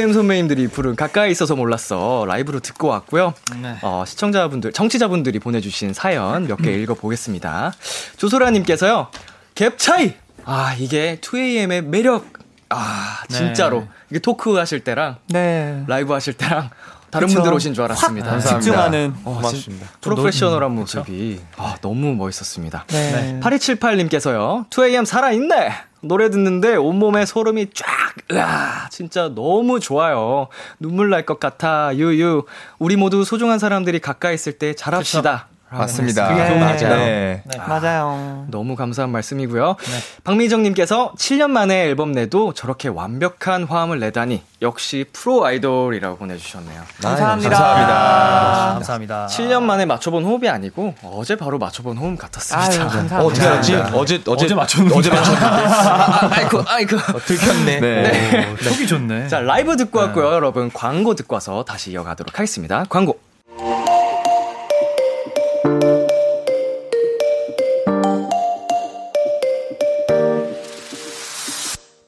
2M 선배님들이 부른 가까이 있어서 몰랐어 라이브로 듣고 왔고요. 어, 시청자분들, 청취자분들이 보내주신 사연 몇 개 읽어보겠습니다. 조소라님께서요, 갭 차이. 아 이게 2AM의 매력. 아 진짜로 네. 이게 토크 하실 때랑 네. 라이브 하실 때랑 다른 그쵸. 분들 오신 줄 알았습니다. 어, 확 감사합니다. 집중하는. 고맙습니다. 프로페셔널한 모습이 아, 너무 멋있었습니다. 네. 8278님께서요. 2AM 살아있네. 노래 듣는데 온몸에 소름이 쫙. 으아, 진짜 너무 좋아요. 눈물 날 것 같아. 유유. 우리 모두 소중한 사람들이 가까이 있을 때 잘합시다. 아, 라고 맞습니다. 네. 예. 맞아요. 맞아요. 너무 감사한 말씀이고요. 박미정님께서 7년 만에 앨범 내도 저렇게 완벽한 화음을 내다니 역시 프로 아이돌이라고 보내주셨네요. 감사합니다. 감사합니다. 7년 만에 맞춰본 호흡이 아니고 어제 바로 맞춰본 호흡 아유, 같았습니다. 감사합니다. 어, 어떻게 알았지? 어제, 어제, 어제 맞췄는데. 어제 맞췄는데. 아이고 아이고. 들켰네. 오, 촉이 좋네. 자 라이브 듣고 왔고요, 여러분 광고 듣고 와서 다시 이어가도록 하겠습니다. 광고.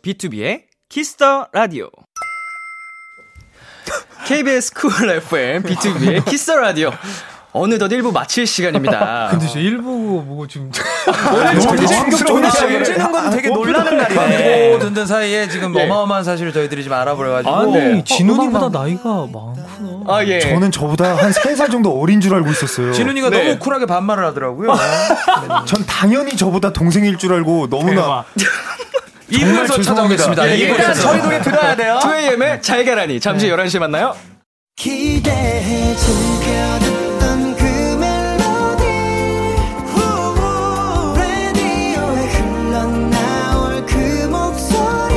B2B의 키스터 라디오. KBS 쿨 FM B2B의 키스터 라디오. 어느덧 1부 마칠 시간입니다. 근데 저 일부 보고 지금 아, 충격적으로 멈추는 건 되게 놀라는 날이네. 광고 듣는 사이에 지금 어마어마한 사실을 저희들이 지금 네. 알아버려가지고. 어, 아니 네. 진훈이보다 어, 나이가 많구나. 아 네. 예. 저는 저보다 한 3살 정도 어린 줄 알고 있었어요. 진훈이가 네. 너무 쿨하게 반말을 하더라고요. 아, 전 당연히 저보다 동생일 줄 알고 너무나 이분에서 찾아오겠습니다. 예, 일단 일단 저희 저희 노래 들어야 돼요. 2AM의 잘 가라니. 잠시 11시에 만나요. 기대해 숨겨뒀던 그 멜로디 후, 라디오에 흘러나올 그 목소리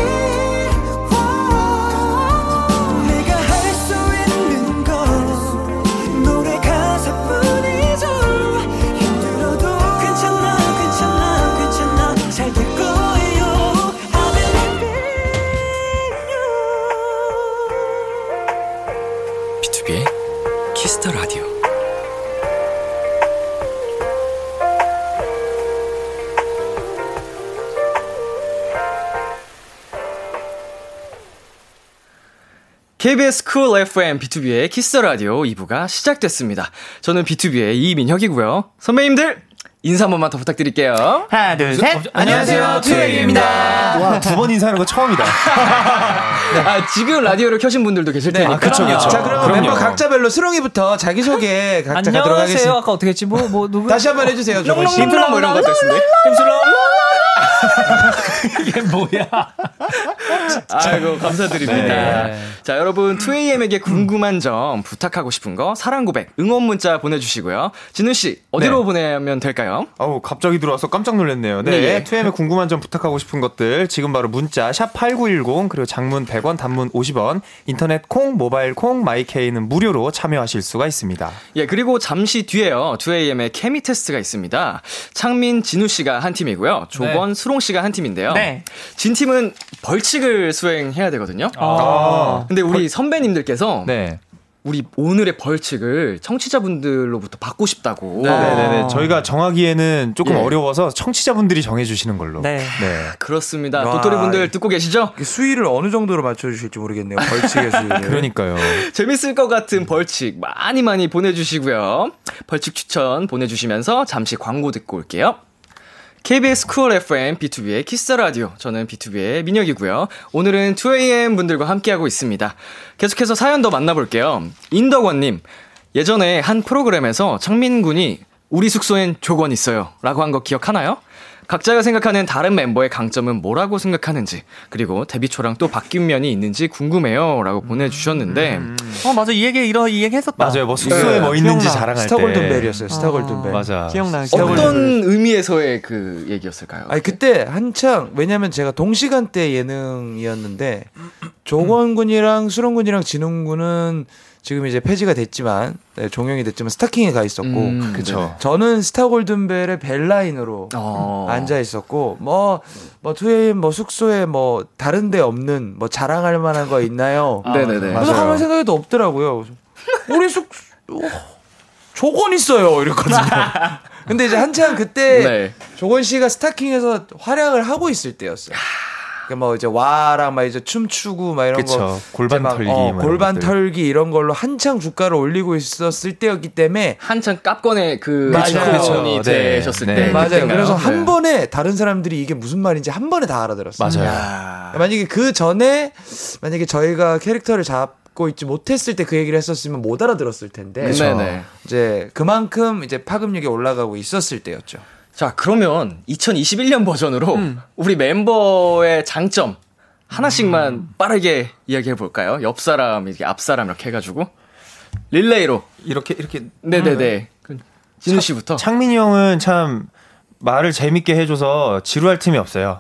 와. 내가 할 수 있는 건 노래 가사뿐이죠 힘들어도 괜찮아 괜찮아 괜찮아 잘 될 거예요 I believe in you B2B의 키스터 라디오. KBS 쿨 FM B2B의 키스터 라디오 2부가 시작됐습니다. 저는 B2B의 이민혁이고요. 선배님들 인사 한 번만 더 부탁드릴게요. 하나, 둘, 셋. 안녕하세요. 투에이입니다. 와 두 번 인사하는 거 (laughs) 처음이다. 아, 지금 라디오를 켜신 분들도 계실 테니까. 네, 아, 그쵸, 그쵸. 자, 그러면 그럼요. 멤버 각자별로 수롱이부터 자기소개 각자 가도록 안녕하세요. 하겠습니다. 아까 어떻게 했지? 뭐 뭐 누구? 다시 한번 해주세요, 조건 씨. 심플한 뭐 이런 것도 있는데. 이게 뭐야? 아이고 감사드립니다. 네. 자 여러분 2AM에게 궁금한 점, 부탁하고 싶은 거, 사랑 고백, 응원 문자 보내주시고요. 진우 씨 어디로 네. 보내면 될까요? 어우 갑자기 들어와서 깜짝 놀랐네요. 네, 예. 네. 투엠에 궁금한 점 부탁하고 싶은 것들 지금 바로 문자 샵 #8910 그리고 장문 100원, 단문 50원, 인터넷 콩, 모바일 콩, 마이케이는 무료로 참여하실 수가 있습니다. 예 그리고 잠시 뒤에요 2AM의 케미 테스트가 있습니다. 창민, 진우 씨가 한 팀이고요. 조건, 네. 수롱 씨가 한 팀인데요. 네. 진 팀은 벌칙을 수행해야 되거든요. 근데 우리 선배님들께서 아. 네. 우리 오늘의 벌칙을 청취자분들로부터 받고 싶다고. 아. 네네네. 저희가 정하기에는 예. 조금 어려워서 청취자분들이 정해주시는 걸로. 네. 아, 그렇습니다. 와. 도토리분들 듣고 계시죠? 수위를 어느 정도로 맞춰주실지 모르겠네요. 벌칙의 (laughs) 수위를. 그러니까요. (laughs) 재밌을 것 같은 벌칙 많이 많이 보내주시고요. 벌칙 추천 보내주시면서 잠시 광고 듣고 올게요. KBS 쿨 FM B2B의 키스 라디오. 저는 B2B의 민혁이고요. 오늘은 2AM 분들과 함께하고 있습니다. 계속해서 사연 더 만나볼게요. 인덕원님, 예전에 한 프로그램에서 창민 군이 우리 숙소엔 조건 있어요. 라고 한 거 기억하나요? 각자가 생각하는 다른 멤버의 강점은 뭐라고 생각하는지, 그리고 데뷔 초랑 또 바뀐 면이 있는지 궁금해요. 라고 보내주셨는데, 어 맞아 이 얘기 이런 이 얘기 했었다. 맞아요. 뭐 숙소에 뭐 있는지 자랑할 스타골든 때. 벨이었어요. 스타골든 벨. 맞아. 기억나. 기억나. 어떤 의미에서의 그 얘기였을까요? 아니 그때 한창 왜냐면 제가 동시간대 예능이었는데 조건군이랑 수렁군이랑 진웅군은 지금 이제 폐지가 됐지만 네, 종영이 됐지만 스타킹에 가 있었고 음, 그쵸. 저는 스타 골든벨의 벨라인으로 어. 앉아 있었고 뭐뭐 투에임 뭐 숙소에 뭐 다른데 없는 뭐 자랑할 만한 거 있나요? 아, 네네네. 그래서 가만 생각해도 없더라고요. 우리 숙 어, 조건 있어요 이랬거든요. (laughs) 근데 이제 한창 그때 네. 조건 씨가 스타킹에서 활약을 하고 있을 때였어요. 그러니까 그뭐 이제 와랑 막 이제 춤추고 막 이런 거 그쵸. 골반 이제 막, 털기 막 어, 이런 골반 것들. 털기 이런 걸로 한창 주가를 올리고 있었을 때였기 때문에 한창 깝건의 그 맞아요. 직후분이 그쵸. 네. 되셨을 네. 때 네, 맞아요. 그때인가요? 그래서 한 네. 번에 다른 사람들이 이게 무슨 말인지 한 번에 다 알아들었어요. 네. 맞아요. 만약에 그 전에 만약에 저희가 캐릭터를 잡고 있지 못했을 때 그 얘기를 했었으면 못 알아들었을 텐데 그쵸. 네네. 이제 그만큼 이제 파급력이 올라가고 있었을 때였죠. 자 그러면 2021년 버전으로 우리 멤버의 장점 하나씩만 빠르게 이야기해 볼까요? 옆 사람 이렇게 앞 사람 이렇게 해가지고 릴레이로 이렇게 이렇게 네네네 진우 씨부터 창민이 형은 참 말을 재밌게 해줘서 지루할 틈이 없어요.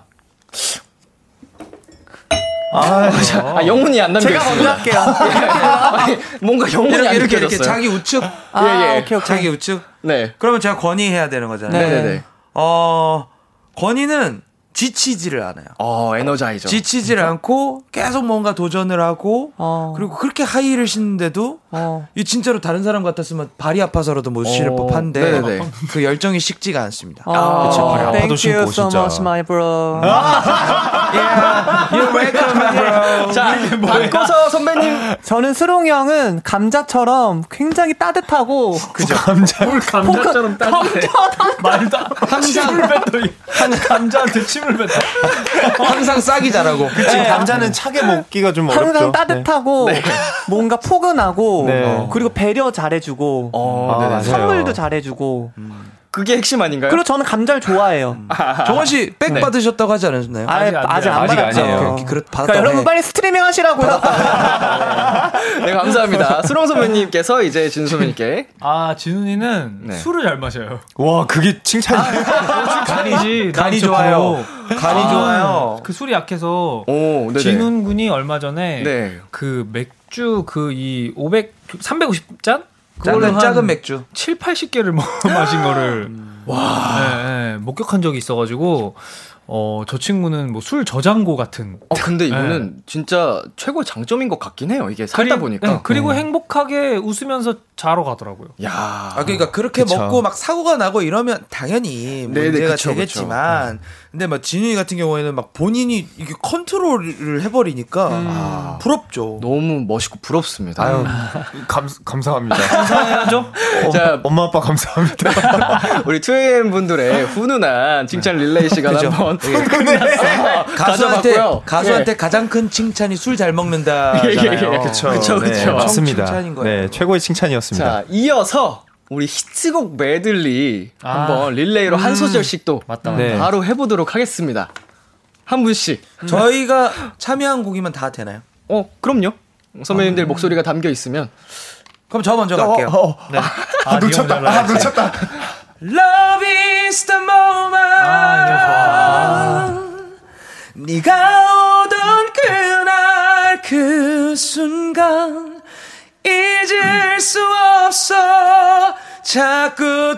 아 영혼이 안 남겨 제가 먼저 할게요. (laughs) 아니, 뭔가 영혼이 안 이렇게 느껴졌어요. 이렇게 자기 우측, 아 예, 예. 오케이 오케이. 자기 우측. 네 그러면 제가 건의해야 되는 거잖아요. 네네네. 어 건의는 지치지를 않아요. 어 에너자이저. 지치질 않고 계속 뭔가 도전을 하고 어. 그리고 그렇게 하이를 신는데도 어. 이 진짜로 다른 사람 같았으면 발이 아파서라도 못 실을 어, 법한데 네네. 그 열정이 식지가 않습니다. 아, 그치, 발이 아파도 Thank 신고, you so 진짜. much, my bro. (laughs) You're welcome, bro. 자 바꿔서 선배님 저는 수롱 형은 감자처럼 굉장히 따뜻하고 그죠? 감자. 감자처럼 따뜻해. 말도 안 항상 한 감자한테 침을 뱉다. 항상 싸기 잘하고. 그치. 감자는 차게 먹기가 좀뭐 어렵죠. 항상 따뜻하고 뭔가 포근하고 (laughs) 어, 네. 그리고 배려 잘해주고 어, 아, 네네. 맞아요. 선물도 잘해주고 그게 핵심 아닌가요? 그리고 저는 감자를 좋아해요. 정원 씨 백 받으셨다고 하지 않았나요? 네. 아예 아직 안 아직 돼요. 안 아직 받았죠. 아니에요. 오케이, 오케이. 그렇 그러니까 받았다. 여러분 빨리 스트리밍 하시라고요. 네, 감사합니다. 수롱 선배님께서 이제 진 선배님께. 아 진훈이는 네. 술을 잘 마셔요. 와 그게 칭찬이에요. 아, 간이지. 간이 좋아요. 간이 좋아요. 그 술이 약해서 오, 네네. 진훈 군이 얼마 전에 네. 그 맥주 그 이 500, 350잔? 작은, 네, 한 작은 맥주. 7, 80개를 (laughs) 마신 거를 와 예, 예, 목격한 적이 있어가지고 어, 저 친구는 뭐 술 저장고 같은 어, 근데 이거는 진짜 최고 장점인 것 같긴 해요. 이게 살다 그리- 보니까. 어. 예, 그리고 행복하게 웃으면서 자러 가더라고요. 야. 아 그러니까 그렇게 그쵸. 먹고 막 사고가 나고 이러면 당연히 네네, 문제가 그쵸, 그쵸. 되겠지만 근데 막 진윤이 같은 경우에는 막 본인이 이게 컨트롤을 해버리니까 아, 부럽죠. 너무 멋있고 부럽습니다. 아유 감 감사합니다. 해야죠? 엄- 자. 엄마 아빠 감사합니다. (laughs) 우리 2AM 분들의 훈훈한 칭찬 릴레이 시간 그죠. 한번 (laughs) 가수한테 가져봤고요. 가수한테 가장 큰 칭찬이 술 잘 (laughs) 먹는다잖아요. 예, 예, 예. 그쵸. 그쵸, 그쵸. 네. 맞습니다. 칭찬인 거예요. 네, 최고의 칭찬이었습니다. 자, 이어서 우리 히트곡 메들리 아. 한번 릴레이로 한 소절씩 또 맞다. 네. 바로 해보도록 하겠습니다. 한 분씩. 저희가 참여한 곡이면 다 되나요? 어, 그럼요. 선배님들 목소리가 담겨 있으면 그럼 저 먼저 갈게요. 아, 놓쳤다. 아, 놓쳤다. Love is the moment. 네가 오던 그날 그 순간 잊을 수 없어 자꾸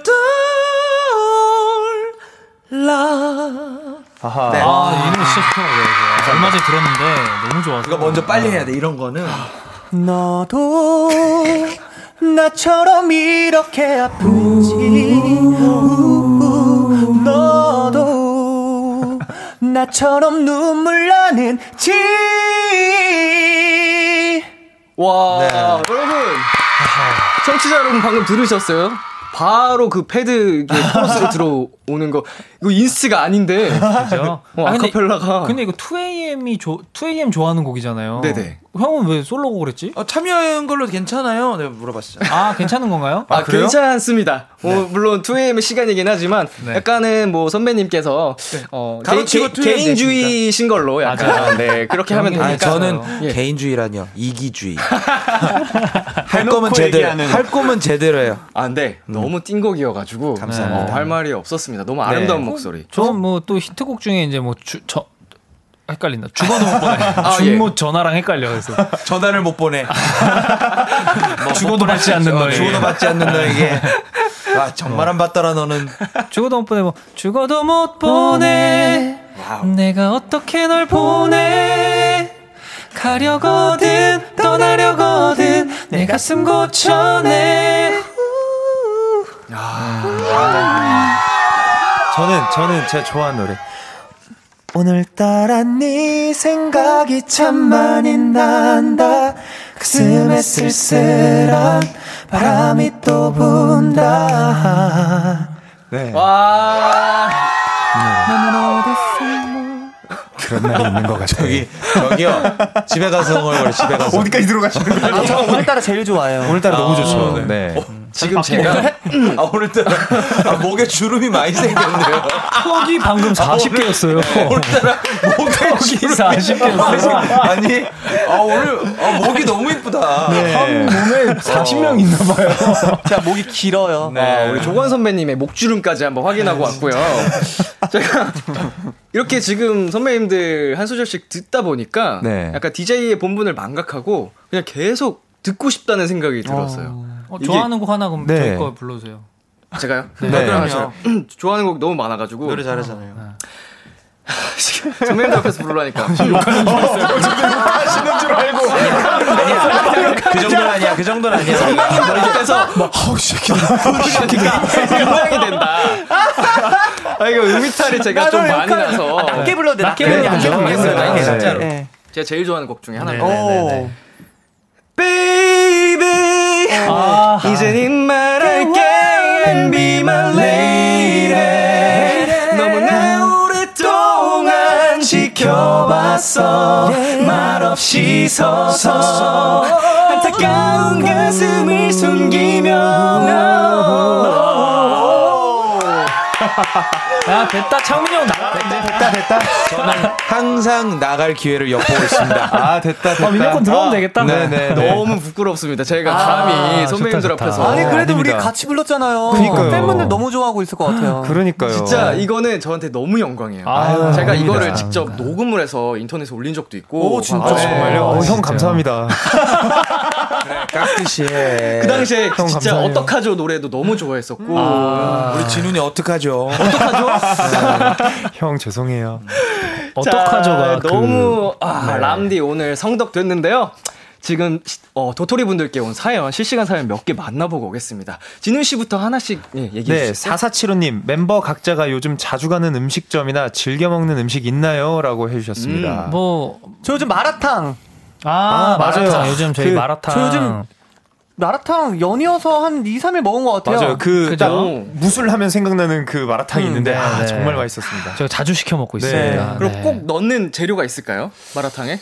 떠올라. 아하. 그 아, 이 노래 진짜 좋더라고요. 이거. 얼마 전에 들었는데 너무 좋아서. 이거 먼저 빨리 해야 돼. 이런 거는 너도 나처럼 이렇게 아픈지 우, 너도 나처럼 눈물 나는지 와, 여러분. 청취자 여러분 방금 들으셨어요? 바로 그 패드 이게 코러스로 들어오는 거. 이거 인스가 아닌데. 그죠? 어, 네. 근데- 아카펠라가. 근데 이거 2AM이 조, 2AM 좋아하는 곡이잖아요. 네네. 형은 왜 솔로곡 그랬지? 어, 참여한 걸로 괜찮아요? 내가 물어봤어요. 아, 괜찮은 건가요? 아, 괜찮습니다. 어, 물론 2AM의 시간이긴 하지만 네. 약간은 뭐 선배님께서 어, 가로치고 개- 2AM 개- 개인주의신 걸로 약간 네, 그렇게 하면 되니까. 아, 저는 예. 개인주의라뇨. (laughs) 이기주의. 할 거면 제대로. 할 거면 제대로 해요. 아, 네. 너무 띵곡이어가지고. 감사합니다. 할 말이 없었습니다. 너무 아름다운 목소리. 저는 뭐 또 히트곡 중에 이제 뭐 주, 저, 헷갈린다. 죽어도 못 (laughs) 보내. 아, 예. 죽못 전화랑 헷갈려. 그래서 전화를 못 보내. 죽어도 받지 않는 어, 너에게. 죽어도 받지 않는 너에게. 아, 정말 안 받더라, 너는. 죽어도 못 보내 뭐 죽어도 못 보내 내가 어떻게 널 보내 가려거든 떠나려거든 내 가슴 고쳐내 저는 저는 제가 좋아하는 노래. 오늘따라 네 생각이 참 많이 난다 가슴에 쓸쓸한 바람이 또 분다 네. 와. 아, 그런 날이 있는 것 같아요. 저기, 저기요. 집에 가서 흥얼거려, 집에 가서. 어디까지 들어가시는 거예요? 아, 저 오늘따라 제일 좋아해요 오늘따라 너무 좋죠. 네. 지금 제가. 아, 오늘따라. 아, 목에 주름이 많이 생겼네요. 턱이 방금 40개였어요 오늘따라 목에 주름이 40개였어요 아니, 아, 오늘, 아, 목이 너무 이쁘다. 몸에 40명 있나 봐요 제가 목이 길어요 어, 우리 조건 선배님의 목주름까지 한번 확인하고 왔고요. 제가 이렇게 지금 선배님들 한 소절씩 듣다 보니까 네. 약간 DJ의 본분을 망각하고 그냥 계속 듣고 싶다는 생각이 들었어요. 어, 이게- 좋아하는 곡 하나 그럼 네. 저희 거 불러주세요 제가요? 네. 그럼요. 좋아하는 곡 너무 많아가지고 노래 잘하잖아요. 선배님들 앞에서 부르라니까. 아니야, 그 정도는 아니야, 그 정도는 아니야. 그래서 긴장이 된다. 아 이거 음이탈이 제가 좀 많이 나서 낮게 불러도 돼 낮게 네, 불러도 낮게 돼, 불러도 낮게 돼요. 불러도 돼. 네, 진짜로. 네. 제가 제일 좋아하는 곡 중에 하나입니다. 네, 오. Baby, 아. 이제는 말할게 and be my lady. 너무나 오랫동안 지켜봤어. 말없이 서서 안타까운 가슴을 어. 숨기며. 야 아, 됐다 창민이 형 나가 이제 항상 나갈 기회를 엿보고 있습니다. 아 됐다 됐다. 아, 민혁군 들어오면 되겠다 네네. 너무 부끄럽습니다. 제가 감히 선배님들 좋다, 좋다. 앞에서. 아니 그래도 우리 네, 아닙니다. 같이 불렀잖아요 그니까요. 팬분들 너무 좋아하고 있을 것 같아요 어. 그러니까요. 진짜 이거는 저한테 너무 영광이에요. 아유, 제가 아닙니다. 이거를 직접 녹음을 해서 인터넷에 올린 적도 있고. 오, 진짜? 아, 아, 네. 정말요? 어, 형 감사합니다. (laughs) 깍듯이 해. 그 당시에 형 진짜 감사해요. 어떡하죠 노래도 너무 좋아했었고. 우리 진훈이 어떡하죠? 형 죄송해요. 자, 어떡하죠가 너무 아, 람디 오늘 성덕 됐는데요. 지금 시- 어, 도토리 분들께 온 사연 실시간 사연 몇 개 만나보고 오겠습니다. 진훈 씨부터 하나씩 예, 얘기해 네, 주세요. 4475님, 멤버 각자가 요즘 자주 가는 음식점이나 즐겨 먹는 음식 있나요? 라고 해주셨습니다. 뭐아 저 요즘 마라탕 아, 마라탕 맞아요. 요즘 저희 그- 마라탕 저 요즘 마라탕 연이어서 한 2, 3일 먹은 것 같아요 맞아요. 그, 그죠? 딱 무술 하면 생각나는 그 마라탕이 있는데, 아, 네. 정말 맛있었습니다. 제가 자주 시켜 먹고 있습니다 그럼 네. 꼭 넣는 재료가 있을까요? 마라탕에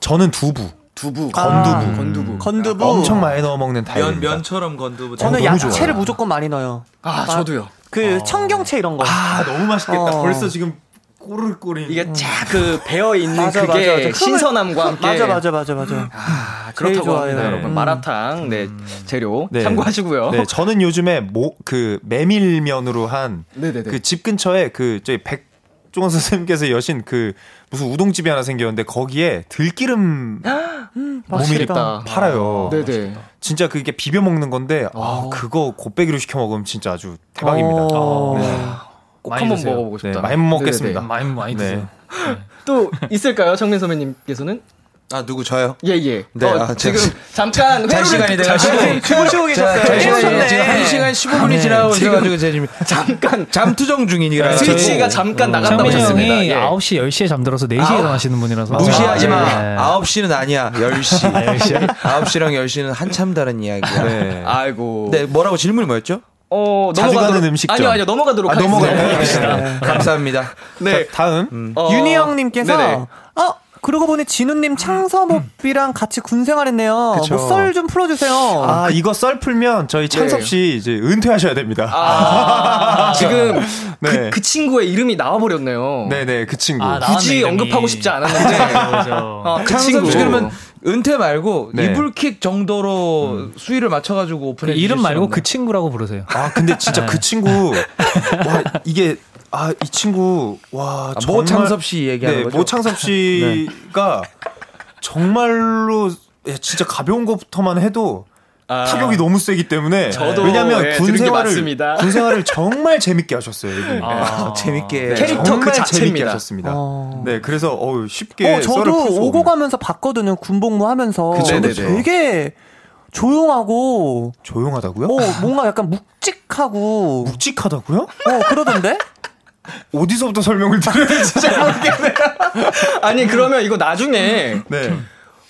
저는 두부. 두부, 음. 아. 건두부, 건두부 엄청 많이 넣어 먹는 다이어트. 면, 면처럼 건두부. 저는 너무 야채를 무조건 많이 넣어요 아 저도요. 그 청경채 이런 거 아, 너무 맛있겠다. 어. 벌써 지금 꼬르륵꼬르. 이게 쫙그 배어 있는 맞아, 그게 맞아, 맞아. 신선함과 함께 맞아 맞아 맞아 맞아 아, 그렇다고 제일 합니다, 좋아요. 여러분. 음. 마라탕 네 재료 네. 참고하시고요. 네, 저는 요즘에 모, 그 메밀면으로 한 네네네. 아, 그 집 근처에 그 저희 백종원 선생님께서 여신 그 무슨 우동집이 하나 생겼는데 거기에 들기름 모밀이 맛있겠다. 팔아요. 네네. 진짜 그게 비벼 먹는 건데 아, 그거 곱빼기로 시켜 먹으면 진짜 아주 대박입니다. 어. 꼭 많이 한번 드세요. 먹어보고 네, 싶다. 많이 먹겠습니다. 네네. 많이 많이 네. 드세요 또 있을까요, 청민 선배님께서는? 아 누구 저요? 예, 예. 네, 어, 아, 저- 지금 잠깐 잘 회로를- 시간이 (laughs) 돼가지고 주무시고 계셨어요. 잘 시간이 깨우셨네. 지금 1 시간 1 5 분이 지나고 있어가지고 제가 지금 잠깐 잠투정 중이니라 네. 스위치가 아, 잠깐 나갔다고 음, 창민이 하셨습니다. 형이 예. 9시, 10시에 잠들어서 4시에 아홉- 일어나시는 분이라서. 무시하지 마. 예. 아홉 시는 아니야. 10시. 9시랑 10시는 한참 다른 이야기야. 네. 아이고. 네, 뭐라고 질문이 뭐였죠? 어, 자주 넘어가도록- 가는 음식점. 아니요, 아니요. 넘어가도록 하겠습니다. 감사합니다. 네. 다음 어, 윤희 형님께서 네네. 어 그러고 보니 진우님 창섭오비랑 같이 군 생활했네요. 뭐 그쵸. 썰 좀 풀어주세요. 아 이거 썰 풀면 저희 창섭 씨 이제 은퇴하셔야 됩니다. 아, (laughs) 지금 그, 네. 그 친구의 이름이 나와버렸네요. 네네 그 친구. 아, 나왔네, 굳이 이름이. 네, 그렇죠. 언급하고 싶지 않았는데. 그죠. 아, 어, 그 창섭 친구. 씨 그러면 은퇴 말고 네. 이불킥 정도로 수위를 맞춰가지고 오픈해 주실 이름 수 말고 없나요? 그 친구라고 부르세요. 아 근데 진짜 그 친구 와 이게 아 이 친구 와 아, 정말- 모창섭 씨 얘기하는 네, 거죠? 모창섭 씨가 정말로 예, 진짜 가벼운 것부터만 해도 타격이 너무 세기 때문에 아. 저도, 왜냐하면 예, 군 들은 게 생활을 맞습니다. 군 생활을 정말 재밌게 하셨어요. 이분이. 네, 아, 재밌게 캐릭터 정말 그 재밌게 자체입니다. 하셨습니다. 어. 네, 그래서 어우 쉽게 어, 예, 썰을 풀 저도 수 오고 없는. 가면서 봤거든요. 군복무 하면서. 그쵸, 근데 그쵸. 되게 조용하고, 조용하다고요? 어, 뭔가 약간 묵직하고, 묵직하다고요? 어, 그러던데? 어디서부터 설명을 드려야 될지 잘 모르겠네요. 아니, 그러면 이거 나중에 네.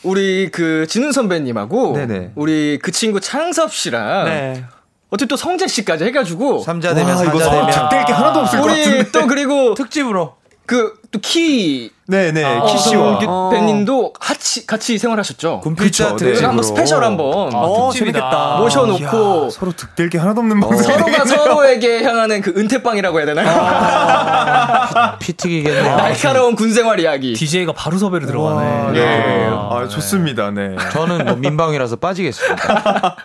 우리 그 진훈 선배님하고 네네. 우리 그 친구 창섭 씨랑 네. 어쨌든 또 성재 씨까지 해가지고 삼자 되면 사자 되면 아, 득될 게 하나도 없을 것 같은데. 우리 또 그리고 특집으로 그 또 키 네, 네. 어, 키씨와 그 어. 배님도 같이 같이 생활하셨죠. 네. 군필자 그쵸, 아, 특집으로 그래서 한번 스페셜 한번 어, 특집이다. 재밌겠다. 모셔놓고 이야, 서로 득될 게 하나도 없는 방송. 서로가 서로에게 향하는 그 은퇴빵이라고 해야 되나요? 아, 피튀기겠네요. 날카로운 군생활 이야기. DJ가 바로 섭외로 들어가네. 네. 아, 아, 좋습니다. 네. 저는 뭐 민방이라서 빠지겠습니다.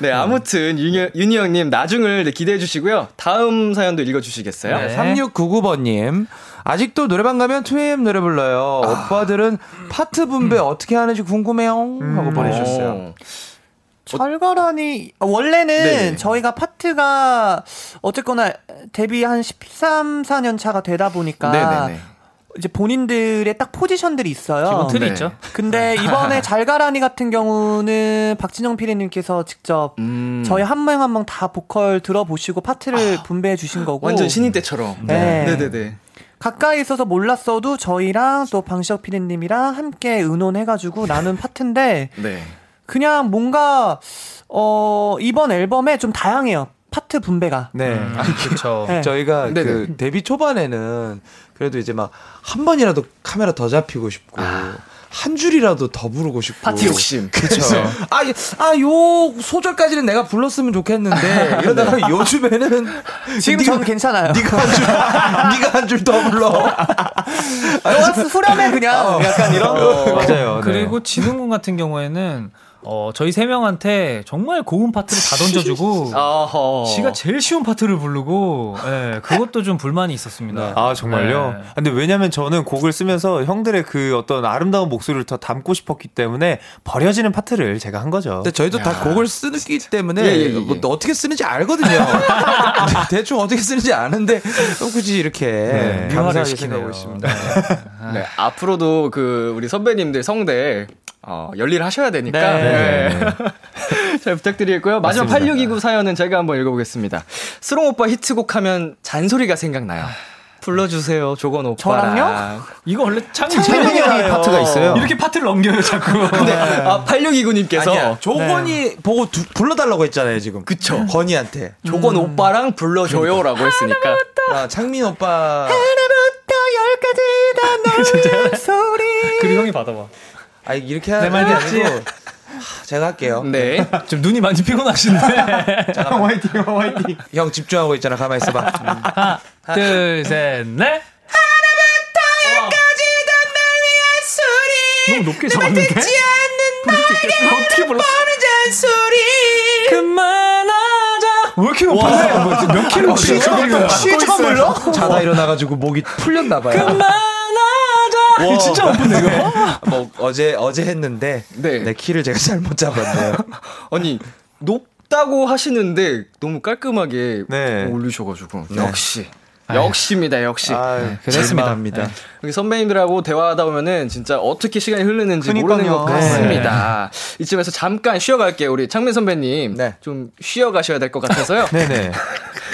네, 아무튼 윤희, 윤희 형님 나중을 네, 기대해 주시고요. 다음 사연도 읽어 주시겠어요? 네. 3699번님. 아직도 노래방 가면 2AM 노래 불러요. 아. 오빠들은 파트 분배 어떻게 하는지 궁금해요. 하고 보내주셨어요. 어. 철거라니 어, 원래는 네네. 저희가 파트가 어쨌거나 데뷔 한 13, 4년 차가 되다 보니까 네네네. 이제 본인들의 딱 포지션들이 있어요. 기본 틀이 네. 있죠. 근데 이번에 잘가라니 같은 경우는 박진영 PD님께서 직접 음. 아. 저희 한 명 한 명 다 보컬 들어보시고 파트를 분배해 주신 거고 완전 신인 때처럼. 네. 네, 네, 네. 가까이 있어서 몰랐어도 저희랑 또 방시혁 PD님이랑 함께 의논해가지고 나눈 파트인데 네. 그냥 뭔가 어 이번 앨범에 좀 다양해요 파트 분배가 네. (laughs) 그렇죠. 네. 저희가 네네. 그 데뷔 초반에는 그래도 이제 막 한 번이라도 카메라 더 잡히고 싶고 한 줄이라도 더 부르고 싶고 아. 파티 욕심. 어. 그렇죠. 아, 이- 아, 요 소절까지는 내가 불렀으면 좋겠는데 이러다가 네. 요즘에는 (laughs) 지금 저는 괜찮아요 네가 한 줄, 네가 한 줄 더 불러. 너가 (laughs) 후렴에 어, 그냥 약간 이런 어, 맞아요. 그리고 진흥군 같은 경우에는 어, 저희 세 명한테 정말 고운 파트를 다 (laughs) 던져주고 어허. 지가 제일 쉬운 파트를 부르고 예, 그것도 좀 불만이 있었습니다. 네. 아, 정말요? 네. 근데 왜냐면 저는 곡을 쓰면서 형들의 그 어떤 아름다운 목소리를 더 담고 싶었기 때문에 버려지는 파트를 제가 한 거죠. 근데 저희도 다 곡을 쓰기 때문에 예, 예, 예. 뭐 또 어떻게 쓰는지 알거든요. 대충 어떻게 쓰는지 아는데 굳이 이렇게 미화를 감사하게 시키네요. 생각하고 있습니다. 네, 앞으로도 그 우리 선배님들 성대 어, 열일하셔야 되니까 네. (laughs) 잘 부탁드리겠고요. 마지막 8629 사연은 제가 한번 읽어보겠습니다. 수롱 오빠 히트곡 하면 잔소리가 생각나요. 불러주세요, 조건 오빠랑. 저랑요? 이거 원래 창 아, 창민이 형이 파트가 있어요. 이렇게 파트를 넘겨요 (laughs) 자꾸. 근데 아, 8629님께서 아니야, 어, 조건이 보고 두- 불러달라고 했잖아요 지금. 네, 그쵸. 건이한테. 조건 오빠랑 불러줘요라고 했으니까. 아, 창민 오빠. (laughs) 하나부터 열까지 다 너의 소리 그리고 형이 받아봐. 아 이렇게 하는 게 아니고 하, 제가 할게요. 네. 지금 눈이 많이 피곤하신데. 화이팅, 화이팅. 형 집중하고 있잖아. 가만히 있어봐. 하나, (laughs) 둘, 셋, 넷. 너무 높게 잡았는데? 어떻게 불렀어? 그만하자. 왜 이렇게 높아? 몇 킬로 치죠? 쉬처 불러? 아, (laughs) 자다 일어나가지고 목이 풀렸나 봐요. 그만하자. 이거 진짜 높은데 이거? (laughs) 뭐 어제 어제 했는데 네. 내 키를 제가 잘못 잡았네요. 아니 높다고 하시는데 너무 깔끔하게 네. 올리셔가지고 역시 역시입니다, 네. 역시. 아, 그렇습니다. 합니다. 여기 선배님들하고 대화하다 보면은 진짜 어떻게 시간이 흐르는지 모르는 것 그러니까요. 같습니다. 이쯤에서 잠깐 쉬어갈게요. 우리 창민 선배님 네. 좀 쉬어가셔야 될 것 같아서요. 네네.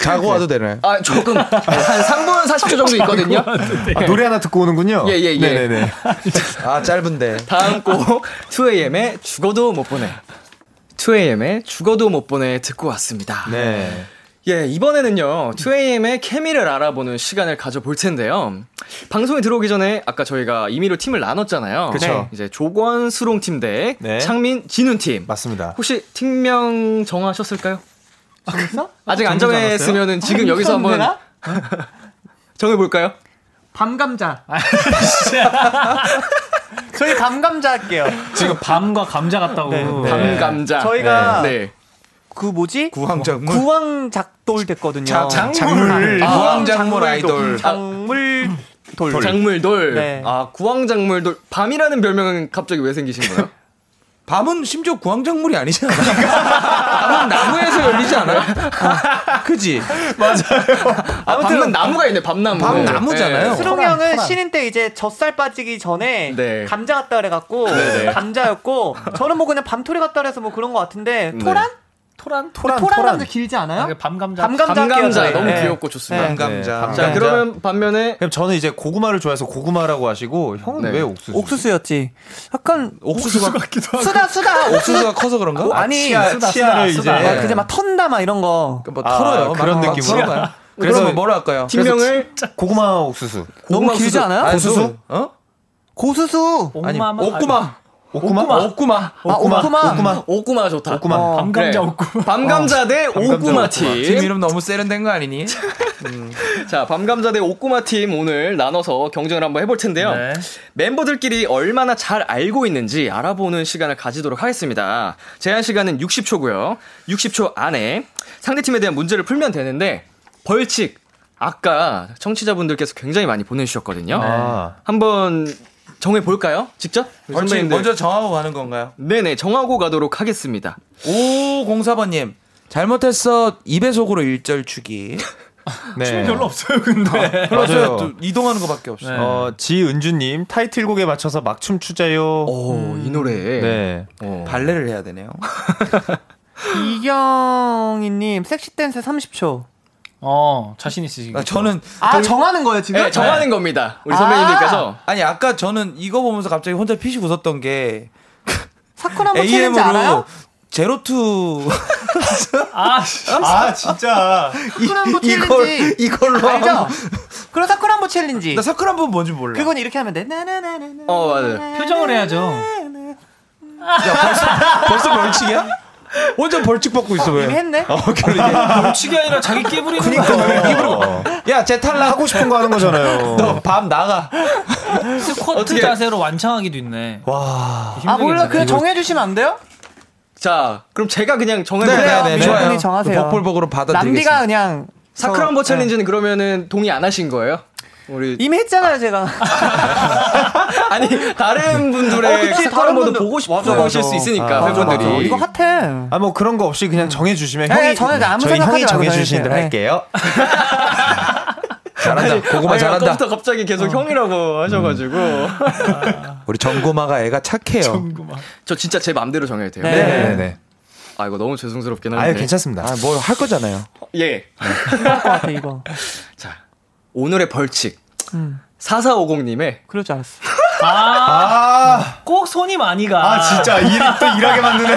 자고 와도 되나요? 아 조금 한 3분 40초 정도 있거든요. 아, 노래 하나 듣고 오는군요. 네. 예, 예, 예. 네네네. 아 짧은데. 다음 곡 (laughs) 2AM의 죽어도 못 보내. 2AM의 죽어도 못 보내 듣고 왔습니다. 네. 예, 이번에는요, 2AM의 케미를 알아보는 시간을 가져볼 텐데요. 방송에 들어오기 전에 아까 저희가 임의로 팀을 나눴잖아요. 네. 그쵸. 이제 조건 수롱 팀 대 네. 창민 진훈 팀. 맞습니다. 혹시 팀명 정하셨을까요? 아, 직안 정했으면은 (laughs) 지금 여기서 한번 정해볼까요? (laughs) 밤감자. (laughs) 저희 밤감자 할게요. 지금 밤과 감자 같다고. 어? 네. 밤감자. 네, 저희가 음. 네. 그 뭐지? 구황작물. 구황작돌 됐거든요. 작물. 아, 구황작물 아이돌. 작물 돌. 장물돌. 네. 아, 구황장물돌. 밤이라는 별명은 갑자기 왜 생기신 거예요? 밤은 심지어 구황작물이 아니잖아. (laughs) 밤은 나무에서 열리지 않아요? (laughs) 그지? 네. 아, 밤은 나무가 있네, 밤나무. 밤 나무잖아요. 네. 수롱 토란, 형은 토란. 신인 때 이제 젖살 빠지기 전에 네. 감자 같다 그래갖고 (laughs) 감자였고 저는 뭐 그냥 밤토리 같다 그래서 뭐 그런 것 같은데 네. 토란? 토란? 토란 토란이라는 게 길지 않아요? 그 밤 감자. 밤감자 할게요, 밤감자 저희. 너무 네. 귀엽고 좋습니다. 네. 감자. 자, 그러면 반면에 그럼 저는 이제 고구마를 좋아해서 고구마라고 하시고 형은 네. 왜 옥수수? 옥수수였지. 약간 옥수수가 수다 수다 옥수수. 옥수수가 커서 그런가? 어, 아니 치아, 치아를 이제 막 그제 막 턴다 막 이런 거. 뭐 아, 털어요. 그런 막 느낌으로? 털어봐요. 그래서- 그래서 뭐라 할까요? 팀명을 고구마 옥수수. 너무 고구마 길지 수수. 않아요? 그 아니, 옥수수? 좀- 어? 고수수. 아니 옥마마? 옥구마. 옥구마? 옥구마. 아 옥구마. 오구마 좋다. 옥구마. 어. 밤감자 그래. 옥구. 어, 밤감자 대 오구마 팀. 팀 이름 너무 세련된 거 (laughs) 아니니? 자, 밤감자 대 오구마 팀 오늘 나눠서 경쟁을 한번 해볼 텐데요. 네. 멤버들끼리 얼마나 잘 알고 있는지 알아보는 시간을 가지도록 하겠습니다. 제한 시간은 60초고요. 60초 안에 상대팀에 대한 문제를 풀면 되는데 벌칙 아까 청취자분들께서 굉장히 많이 보내주셨거든요. 아. 한번 정해 볼까요? 직접? 우리 벌칙 그 선배님들. 먼저 정하고 가는 건가요? 네네 정하고 가도록 하겠습니다. 504번님 잘못했어 2배속으로 1절 추기 네. 별로 없어요, 근데. 맞아요. 또 이동하는 것밖에 없어 네. 어, 지은주님 타이틀곡에 맞춰서 막춤 추자요. 어, 오이 노래. 네. 어. 발레를 해야 되네요 이경이님 섹시댄스 30초. 어, 자신 있으시고. 아, 저는 아 정하는 거예요 지금? 네, 정하는 겁니다. 우리 선배님들께서 아니 아까 저는 이거 보면서 갑자기 혼자 피식 웃었던 게 사쿠라 한번 챌린지 AM으로 알아요? 제로투 (laughs) 아, 씨. 아, (laughs) 진짜. 사쿠라 한번 이걸 챌린지. 이걸로 알죠? 하면- 그럼 사쿠라 한번 챌린지. 나 사쿠라 한번 뭔지 몰라 그건 이렇게 하면 돼. 나나나나나. 어 맞아요. 표정을 해야죠. 벌써 벌칙이야? 혼자 벌칙 받고 있어 이미 왜? 했네. 벌칙이 아니라 자기 깨부리는 거. 그러니까 야쟤 탈락 하고 싶은 거 하는 거잖아요. 너 밤 나가 스쿼트 어떻게- 자세로 완창하기도 있네. 와. 아 몰라 그 정해주시면 안 돼요? 자 그럼 제가 그냥 그래요. 정해볼까요? 네, 네. 민호군이 정하세요. 복불복으로 받아들이겠습니다 남디가 그냥 사크라 저- 한번 챌린지는 그러면은 동의 안 하신 거예요? 우리 어, 이미 했잖아요 제가. 아니 다른 어, 분들의 그치, 사크라 다른 한번도 분들- 보고 싶어 맞아, 보실 맞아. 수 있으니까 아, 맞아, 팬분들이 맞아. 이거 핫해. 아, 뭐 그런 거 없이 그냥 정해주시면 네, 형이, 저는 아무 저희 생각하지 형이 말고 정해주신 대로 정해주세요. (laughs) 할게요. 잘한다 고구마 아니, 잘한다 아까부터 갑자기 계속 형이라고 하셔가지고 우리 정고마가 애가 착해요 (laughs) 저 진짜 제 마음대로 정해도 돼요? 네. 네네네. 네. 아 이거 너무 죄송스럽긴 한데 아유, 괜찮습니다. 아 뭘 할 거잖아요 예 할것 같아 이거. 오늘의 벌칙 4450님의 그럴 줄 알았어. 아, 꼭 손이 많이 가. 일이 또 일하게 만드네.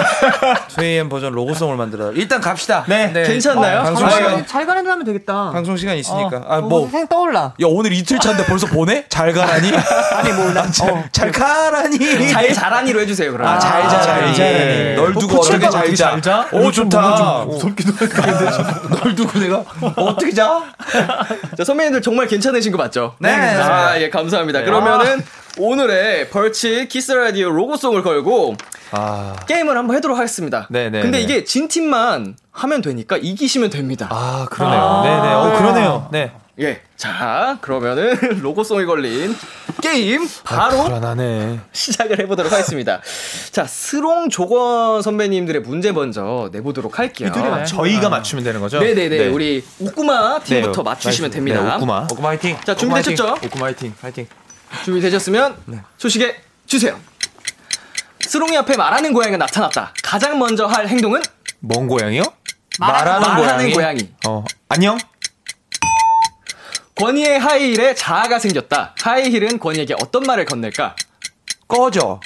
2AM 버전 로고송을 만들어 일단 갑시다. 네. 괜찮나요? 방송 잘, 시간 잘 가는 줄 하면 되겠다. 방송 시간 있으니까. 어, 아 뭐. 생 떠올라. 야 오늘 이틀 차인데 벌써 보내? 잘 가라니? (laughs) 아니 몰라. 잘, 잘 가라니. 잘 자라니로 해주세요 그럼 아, 잘 자, 잘 자. 예. 널 두고 어떻게 잘 자? 네. 뭐 오 좋다. 무섭기도 한데. 널 두고 내가 어떻게 자? 자, 선배님들 정말 괜찮으신 거 맞죠? 네, 괜찮습니다. 아, 예, 감사합니다. 그러면은 오늘의 벌칙 키스 라디오 로고송을 걸고 아, 게임을 한번 해도록 하겠습니다. 네, 네, 근데 네. 이게 진 팀만 하면 되니까 이기시면 됩니다. 아, 그러네요. 네네. 어, 그러네요. 네. 예. 자, 그러면은 (laughs) 로고송이 걸린 게임 바로 아, 불안하네. 시작을 해보도록 하겠습니다. 자, 스롱 조건 선배님들의 문제 먼저 내보도록 할게요. 이들이 아, 저희가 맞추면 되는 거죠? 네네네. 네. 우리 우꾸마 팀부터 네, 맞추시면 맞습니다. 됩니다. 네, 오구마. 오구 뭐 화이팅. 자, 준비되셨죠? 오구마 화이팅. 화이팅. 네. 준비되셨으면 소식에 주세요. 스롱이 앞에 말하는 고양이가 나타났다. 가장 먼저 할 행동은 먼 고양이요? 말하는, 고양이? 어, 안녕? 권희의 하이힐에 자아가 생겼다. 하이힐은 권희에게 어떤 말을 건넬까? (laughs) 꺼져.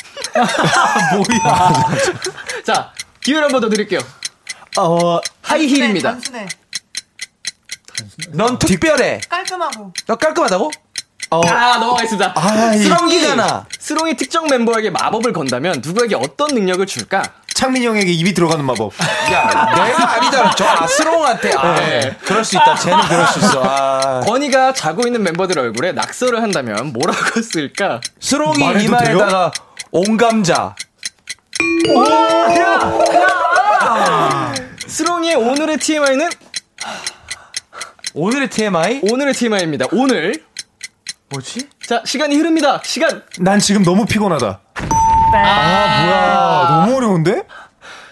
자, 기회를 한 번 더 드릴게요. 어, 하이힐입니다. 단순해 넌 특별해. 깔끔하고 너 깔끔하다고? 어. 자, 아, 넘어가겠습니다. 아이, 성기잖아. 스롱이 특정 멤버에게 마법을 건다면 누구에게 어떤 능력을 줄까? 창민이 형에게 입이 들어가는 마법. 야, 내가 아니잖아. 저 아스롱한테. 아, 네. 그럴 수 있다. 쟤는 그럴 수 있어. 아. 권희가 자고 있는 멤버들 얼굴에 낙서를 한다면 뭐라고 (laughs) 쓸까? 스롱이 이마에다가 온감자. 스롱이의 오늘의 TMI는 오늘의 TMI? 오늘의 TMI입니다. 오늘 뭐지? 자 시간이 흐릅니다. 시간 난 지금 너무 피곤하다. 아, 뭐야. 너무 어려운데?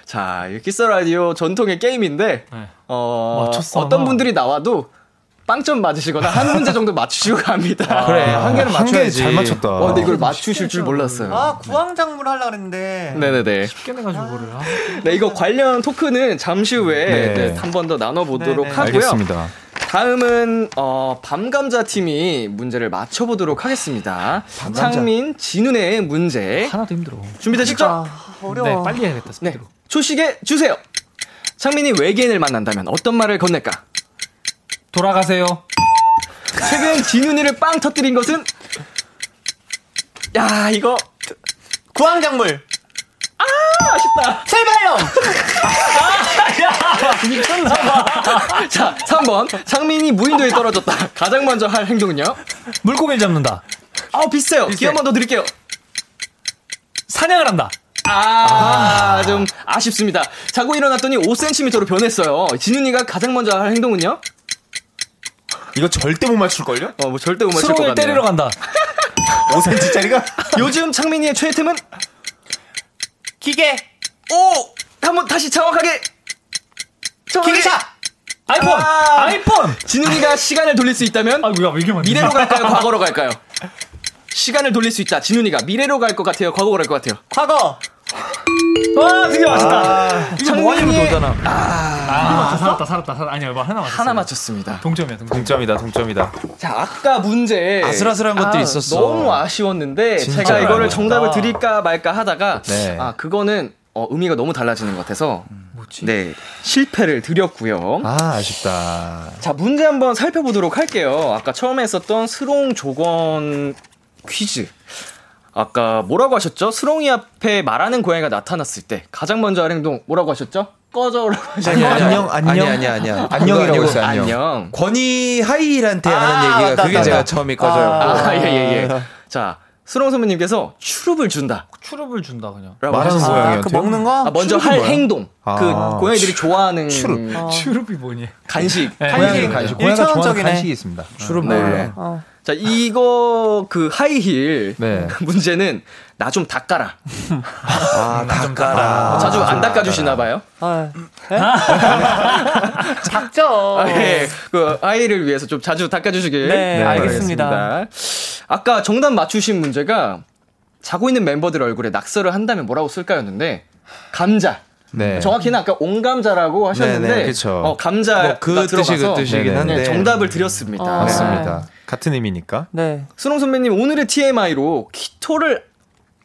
자, 이 키스 라디오 전통의 게임인데, 어, 맞췄어, 어떤 아마. 분들이 나와도 빵점 맞으시거나 한 문제 정도 맞추시고 갑니다. 아, 그래, 한 개는 아, 한 개 맞춰야지. 잘 맞췄다. 어, 근데 이걸 맞추실 줄 몰랐어요. 아 구황작물 하려 그랬는데 네네네. 깨내가지고 그거를. 아. 네, 이거 관련 토크는 잠시 후에 네. 한 번 더 나눠보도록 네, 네. 하고요. 알겠습니다. 다음은, 어, 밤감자 팀이 문제를 맞춰보도록 하겠습니다. 창민, 진훈의 문제. 하나도 (laughs) 힘들어. 준비되셨죠? 네, 어려워 빨리 해야겠다. 네. 스피드로. 초식에 주세요! 창민이 외계인을 만난다면 어떤 말을 건넬까? 돌아가세요. 최근 진윤이를 빵 터뜨린 것은 야 이거 아, 구황작물 아, 자 3번 장민이 무인도에 떨어졌다 가장 먼저 할 행동은요 물고기를 잡는다. 아 비슷해요 기회 한 번 더 드릴게요 사냥을 한다. 아 좀 아... 쉽습니다 자고 일어났더니 5cm로 변했어요 진윤이가 가장 먼저 할 행동은요 이거 절대 못 맞출걸요? 어 뭐 절대 못 맞출 것 같네요 수롱을 때리러 간다. 5cm짜리가? 요즘 창민이의 최애템은 기계 오 한번 다시 정확하게 정확하게 기계차 아이폰! 아. 아~ 이폰 진윤이가 시간을 돌릴 수 있다면 아이고, 야, 이게 맞네. 미래로 갈까요? 과거로 갈까요? 시간을 돌릴 수 있다. 진훈이가 미래로 갈 것 같아요. 과거로 갈 것 같아요. 과거 아, 드디어 맞았다. 이거 뭐 하려면 장미의- 돌잖아. 아, 살았다, 살았다, 살았다. 아니야, 뭐 하나 맞았어. 하나 맞췄습니다. 동점이야, 동점. (laughs) 동점이다, 동점이다. 자, 아까 문제 아슬아슬한 것도 있었어. 너무 아쉬웠는데 진짜 제가 이거를 아쉽다. 정답을 드릴까 말까 하다가 네. 아 그거는 어, 의미가 너무 달라지는 것 같아서 네 실패를 드렸고요. 아, 아쉽다. 자 문제 한번 살펴보도록 할게요. 아까 처음에 했었던 스롱 조건 퀴즈. 아까 뭐라고 하셨죠? 스롱이 앞에 말하는 고양이가 나타났을 때 가장 먼저 할 행동 뭐라고 하셨죠? 꺼져라고 하셨죠? 안녕, 안녕. 아니, 아니, 아니야. 안녕이라고 했어요, 안녕. 안녕. 권희 하이힐한테 아, 하는 얘기가 맞다, 그게 맞다. 제가 처음이 꺼져요. 뭐 아 예예 예, 예. 자 스롱 선배님께서 추룹을 준다라고 추룹을 준다, 그냥. 말하는 하셨어요. 고양이. 아그 먹는 거 아, 먼저 할 행동. 아. 그 고양이들이 좋아하는 추룹이 뭐니? 간식. 네, 고양이 간식. 간식. 고양이가 좋아하는 일차원적이네. 간식이 있습니다. 주름 네. 몰라. 어. 자 이거 그 하이힐 네. (laughs) 문제는 나 좀 닦아라. 아, 닦아라. 자주 안 닦아주시나 봐요. 아, 네? 에? (laughs) 작죠 아, 예. 그 아이를 위해서 좀 자주 닦아주시길. 어. 네, 바라겠습니다. 알겠습니다. 아까 정답 맞추신 문제가 자고 있는 멤버들 얼굴에 낙서를 한다면 뭐라고 쓸까였는데 감자. 네. 정확히는 아까 온감자라고 하셨는데 네, 네, 그쵸. 어, 감자 뭐, 그 뜻이 그 뜻이긴 네네. 한데. 네, 정답을 드렸습니다. 아. 네. 맞습니다. 같은 의미니까. 네 수롱 선배님 오늘의 TMI로 키토를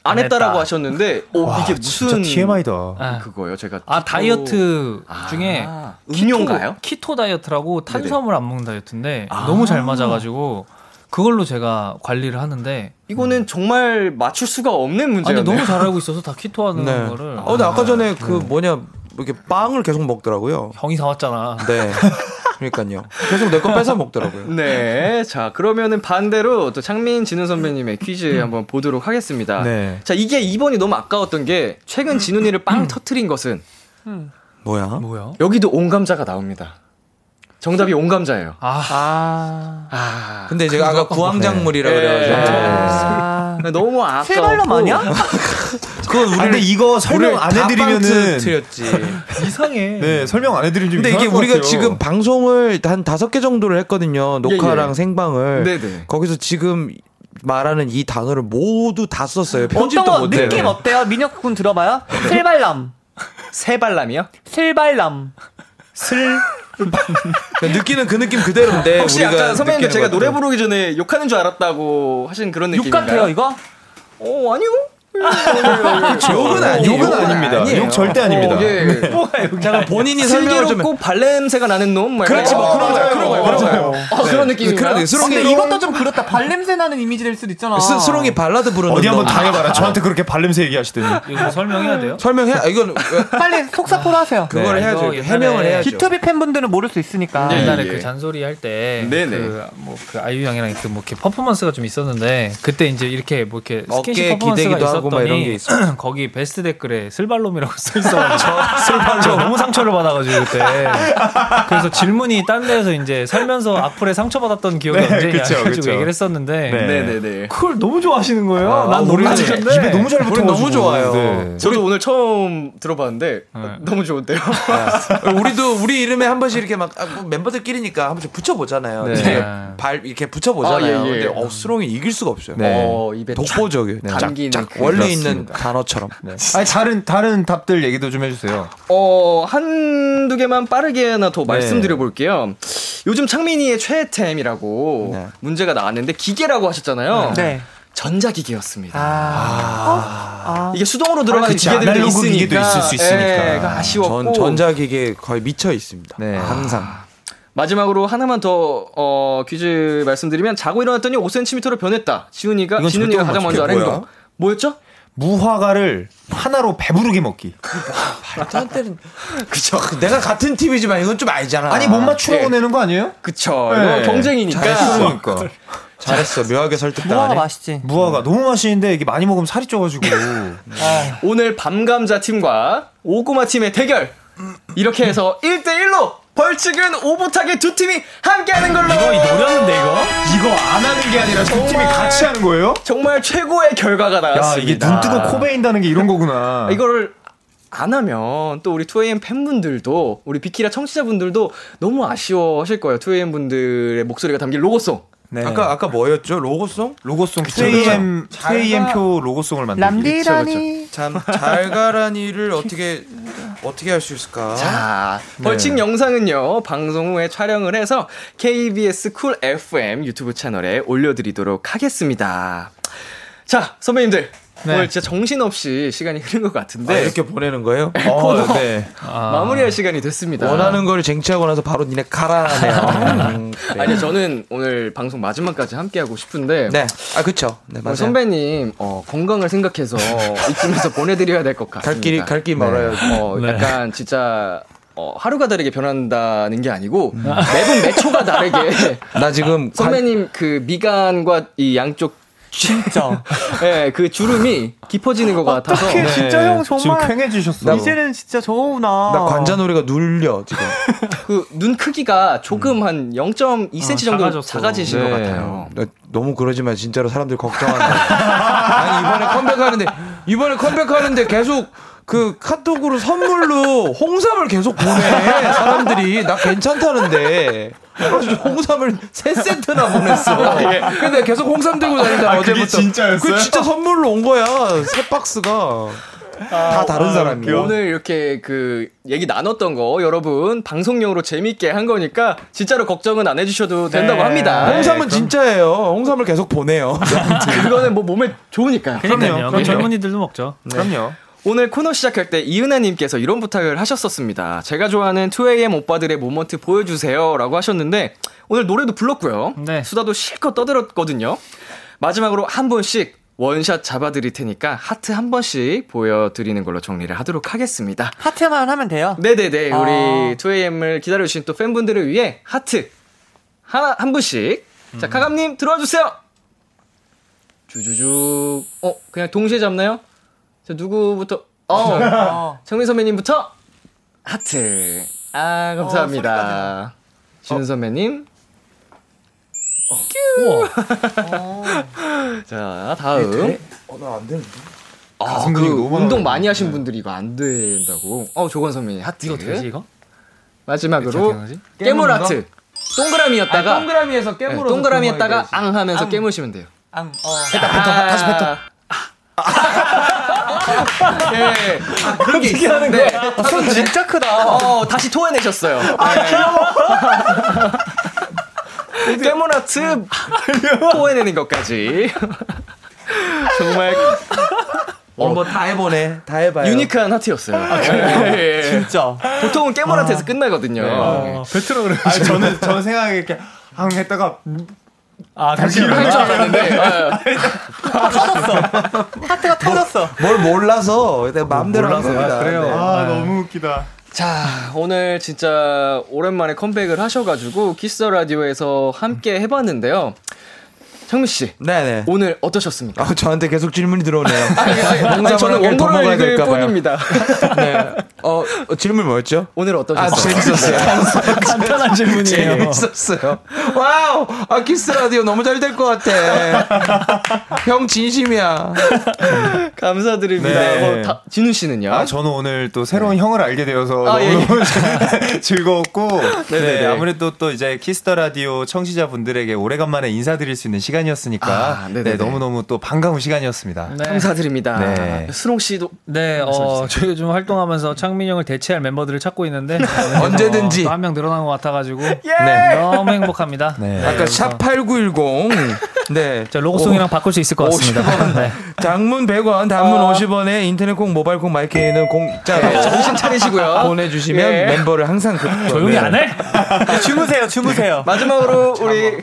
안 안 했다. 했다라고 하셨는데 오 와, 어, 이게 진짜 무슨 TMI다. 아, 그거예요? 제가 아, 키토- 다이어트 아, 중에 음료인가요? 키토 다이어트라고 네네. 탄수화물 안 먹는 다이어트인데 아. 너무 잘 맞아가지고 그걸로 제가 관리를 하는데 이거는 정말 맞출 수가 없는 아, 근데 문제예요. 너무 잘 알고 있어서 다 키토하는 네. 거를 어, 근데 아까 전에 그 네. 뭐냐, 이렇게 빵을 계속 먹더라고요. 형이 사왔잖아. 네. 그러니까요. 계속 내 거 뺏어 먹더라고요. (laughs) 네. 자, 그러면은 반대로 또 창민 진훈 선배님의 퀴즈 한번 보도록 하겠습니다. 네. 자, 이게 2번이 너무 아까웠던 게 최근 진훈이를 빵 터트린 것은 뭐야? 뭐야? 여기도 온감자가 나옵니다. 정답이 온감자예요. 아. 아. 근데 제가 아까 구황작물이라 그래가지고 네. 아. 너무 아까워. 실발람 아니야? 그건 우리 아, 근데 이거 설명 안 해드리면은 트였지. 이상해. 네 설명 안 해드리면 좀 근데 이상할 이게 것 우리가 같아요. 지금 방송을 한 다섯 개 정도를 했거든요. 녹화랑 생방을. 예, 네네. 거기서 지금 말하는 이 단어를 모두 다 썼어요. 어떤 거 편집도 못해요. 느낌 어때요? 민혁 군 들어봐요. 실발람. 세발람이요? 실발람. 그러니까 느끼는 그 느낌 그대로인데 혹시 우리가 아까 선배님도 느끼는 제가 것들. 노래 부르기 전에 욕하는 줄 알았다고 하신 그런 욕 느낌인가요? 같아요 이거? 어, 아니요. 욕은 아니에요. 욕은 아닙니다. 욕 절대 아닙니다. 예, 예. 네. 잠깐 본인이 설명을 좀. 해. 슬기롭고 발냄새가 나는 놈. 뭐 그렇지, 뭐 그런 거요. 그런 거요. 그런 거요. 네. 어, 그런 느낌인가요? 그런 느낌. 근데 스롱이 이것도 좀 그렇다. 발냄새 (laughs) 나는 이미지 될 수도 있잖아. 스- 스롱이 발라드 부르는 어디 한번 놈. 당해봐라. 저한테 그렇게 발냄새 얘기하시더니. 이거 설명해야 돼요? 설명해. 아, (laughs) 이건 왜- 빨리 속사포로 하세요. 그걸 네, 해야죠. 이거 해명을 옛날에 해야죠. B2B 팬분들은 모를 수 있으니까. 예, 옛날에 예. 그 잔소리 할 때 네네. 그 뭐 그 아이유 양이랑 그 뭐 이렇게 퍼포먼스가 좀 있었는데 그때 이제 이렇게 뭐 이렇게 스킨십 어깨에 퍼포먼스가 기대기도 하고 막 이런 게 있었더니 (clears throat) 거기 베스트 댓글에 슬발롬이라고 써 있어가지고 슬발롬 너무 상처를 받아가지고 그때 그래서 질문이 딴 데서 이제 살면서 악플에 상처받았던 기억이 네, 언제냐 그쵸, 해가지고 그쵸. 얘기를 했었는데 네. 네네네. 그걸 너무 좋아하시는 거예요. 아, 난 너무 우리는 좋아하는데 입에 너무 잘 네. 붙어. 우리 너무 좋아요. 저도 오늘 처음 들어봤는데 네. 너무 좋은데요. 우리도 우리 이름에 한 번씩 이렇게 막 아, 뭐 멤버들끼리니까 한 번씩 붙여보잖아요. 이렇게 발 이렇게 붙여보잖아요. 네. 아, 예, 예. 근데 어, 수롱이 이길 수가 없어요. 네. 어, 입에 독보적이에요. 네. 짝, 당기는 짝, 그- 원래 그렇습니다. 있는 단어처럼. 네. 아니 다른 다른 답들 얘기도 좀 해주세요. 어, 한두 개만 빠르게 하나 네. 더 말씀드려 볼게요. 요즘 창민이의 최애템이라고 네. 문제가 나왔는데 기계라고 하셨잖아요. 네. 전자기계였습니다. 아. 이게 수동으로 들어가는 그치. 기계들도 아날로그 있으니까. 기계도 있을 수 있으니까. 예, 그러니까 아쉬웠고. 전 전자기계 거의 미쳐 있습니다. 아, 네. 항상. 마지막으로 하나만 더 어, 퀴즈 말씀드리면 자고 일어났더니 5cm로 변했다. 지훈이가 이건 진훈이가 절대 가장 못 먼저 맞출게. 알은 거. 뭐야? 뭐였죠? 무화과를 하나로 배부르게 먹기. 딴 때는 그쵸. 내가 같은 팀이지만 이건 좀 아니잖아. 뭐, 아니 못 맞추라고 내는 거 아니에요? 그쵸. 네. 이거 경쟁이니까. 그러니까 뭐. 잘했어. 묘하게 무화과 설득당하네. 아, 맛있지. 무화과 너무 맛있는데 이게 많이 먹으면 네. 살이 (laughs) 쪄가지고. 오늘 밤감자 팀과 오구마 팀의 대결. 이렇게 해서 1대1로 벌칙은 오붓하게 두 팀이 함께하는 걸로. 노렸는데 이거? 이거 안 하는 게 아니라 두 팀이 같이 하는 거예요? 정말 최고의 결과가 야 나왔습니다. 이게 눈 뜨고 코 베인다는 게 이런 거구나. 아, 이거를 안 하면 또 우리 2AM 팬분들도 우리 비키라 청취자분들도 너무 아쉬워하실 거예요. 2AM 분들의 목소리가 담긴 로고송. 아까 아까 뭐였죠? 네. 로고송? 로고송 2AM 2AM 표 로고송을 만들기. 람디라니. 참 잘 가라니를 어떻게 어떻게 할 수 있을까? 자, 네. 벌칙 영상은요, 방송 후에 촬영을 해서 KBS 쿨 FM 유튜브 채널에 올려드리도록 하겠습니다. 자, 선배님들. 오늘 진짜 정신없이 시간이 흐른 것 같은데. 네. 아, 이렇게 보내는 거예요? 아, 어, 네. 마무리할 시간이 됐습니다. 원하는 거를 쟁취하고 나서 바로 니네 가라네요. 음, 그래요. 아니, 저는 오늘 방송 마지막까지 함께하고 싶은데. 네. 아 그쵸. 네 우리 맞아요. 뭐 선배님, 어, 건강을 생각해서 (laughs) 이쯤에서 보내드려야 될 것 같습니다. 갈 길이 갈 길이 멀어요. 네. 어, 약간 진짜 어, 하루가 다르게 변한다는 게 아니고 음. 매분 (laughs) 매초가 다르게 나 지금 관- 선배님 그 미간과 이 양쪽 (laughs) 진짜. 예, 그 주름이 깊어지는 것 같아서 어떡해. 진짜 형 정말. 지금 퀭해지셨어. 이제는 진짜 저우나. 나 관자놀이가 눌려 지금. (laughs) 그 눈 크기가 음. 조금 한 0.2cm 어, 정도 작아졌어. 작아지신 것 같아요. (laughs) 네. 나 너무 그러지 마. 진짜로 사람들 걱정한다. (laughs) 아니 이번에 컴백하는데 이번에 컴백하는데 계속 그 카톡으로 선물로 홍삼을 계속 보내 사람들이 나 괜찮다는데 아주 홍삼을 세 세트나 (laughs) 보냈어. 근데 계속 홍삼 들고 다니다 어제부터. 아, 그게 진짜였어요? 그게 진짜 선물로 온 거야. 세 박스가 아, 다 다른 사람이야. 오늘 이렇게 그 얘기 나눴던 거 여러분 방송용으로 재밌게 한 거니까 진짜로 걱정은 안 해주셔도 된다고 아, 합니다. 예, 홍삼은 진짜예요. 홍삼을 계속 보내요. 네. 그거는 뭐 몸에 좋으니까요. 네, 그럼요. 그럼 그럼요. 젊은이들도 먹죠. 그럼요. 오늘 코너 시작할 때 이은하님께서 이런 부탁을 하셨었습니다. 제가 좋아하는 2AM 오빠들의 모먼트 보여주세요. 라고 하셨는데, 오늘 노래도 불렀고요. 네. 수다도 실컷 떠들었거든요. 마지막으로 한 번씩 원샷 잡아드릴 테니까 하트 한 번씩 보여드리는 걸로 정리를 하도록 하겠습니다. 하트만 하면 돼요. 네네네. 우리 아. 2AM을 기다려주신 또 팬분들을 위해 하트 하나, 한 분씩. 자, 카감님 들어와주세요! 주주주. 어, 그냥 동시에 잡나요? 자, 누구부터? 어, 어. 정민 선배님부터 하트. 아, 감사합니다. 지은 선배님. (laughs) 어. 자 다음. 나안 되는데. 아, 그 가슴근육 너무 많아. 운동 많이 하신 분들이 이거 안 된다고. 어 조건 선배님 하트. 이거 되지 이거? 마지막으로 어떻게 하지? 깨물 하트. 동그라미였다가 네, 동그라미에서 깨물어. 동그라미였다가 앙 하면서 깨무시면 돼요. 앙, 어. 아. 다시 뱉어. 예. 그렇게 있는데 손 진짜 크다. 어, 다시 토해내셨어요. (laughs) 네. 깨모나트 토해내는 것까지. 정말 오늘 어, 뭐다 해보네. 다 해봐요. 유니크한 하트였어요. 예, 예. 진짜. 보통은 깨모나트에서 끝나거든요. 예. 어, 배트로 그래. 아 저는 저는 생각에 이렇게 항 했다가 아 다시 이런 할줄 알았는데 예. 하트가 터졌어. 네. 뭘 몰라서 내가 마음대로 한 겁니다. 그래요. 네. 아 너무 웃기다. 자 오늘 진짜 오랜만에 컴백을 하셔가지고 키스 더 라디오에서 함께 해봤는데요. 창민 씨 네네. 오늘 어떠셨습니까? 아, 저한테 계속 질문이 (laughs) 들어오네요. 아니, 아니, 아니, 저는 하길 더 원고를 먹어야 읽을 될까 봐요. 뿐입니다. (laughs) (laughs) 네. 어, 어, 질문 뭐였죠? 오늘 아, 어떠셨어요? 재밌었어요. 간단한 질문이에요. 재밌었어요. 와우! 아, 키스 라디오 너무 잘 될 것 같아. 형 진심이야. 감사드립니다. 네. 어, 다, 진우 씨는요? 아 저는 오늘 또 새로운 형을 알게 되어서 네. 아, 너무 (laughs) 예, 즐거웠고 네네네. 네, 아무래도 또 이제 키스터 라디오 청취자 분들에게 오래간만에 인사드릴 수 있는 시간이었으니까 아, 네, 네네네. 너무 너무 또 반가운 시간이었습니다. 감사드립니다. 네. 수롱 씨도 네, 어, 저희 요즘 활동하면서 창민 형을 대체할 멤버들을 찾고 있는데 어, (laughs) 언제든지. 또한 명 늘어난 것 같아가지고 네. 너무 행복합니다. 네. 아까 샵8910. 네. 자, 로고송이랑 바꿀 수 있을 것 같습니다. 네. (laughs) 장문 100원, 단문 50원에 인터넷 콩, 모바일 콩, 마이크에는 공짜로 정신 차리시고요. 네. 보내주시면 예. 멤버를 항상 그, 조용히 네. 안 해? (laughs) 주무세요, 주무세요. 마지막으로 우리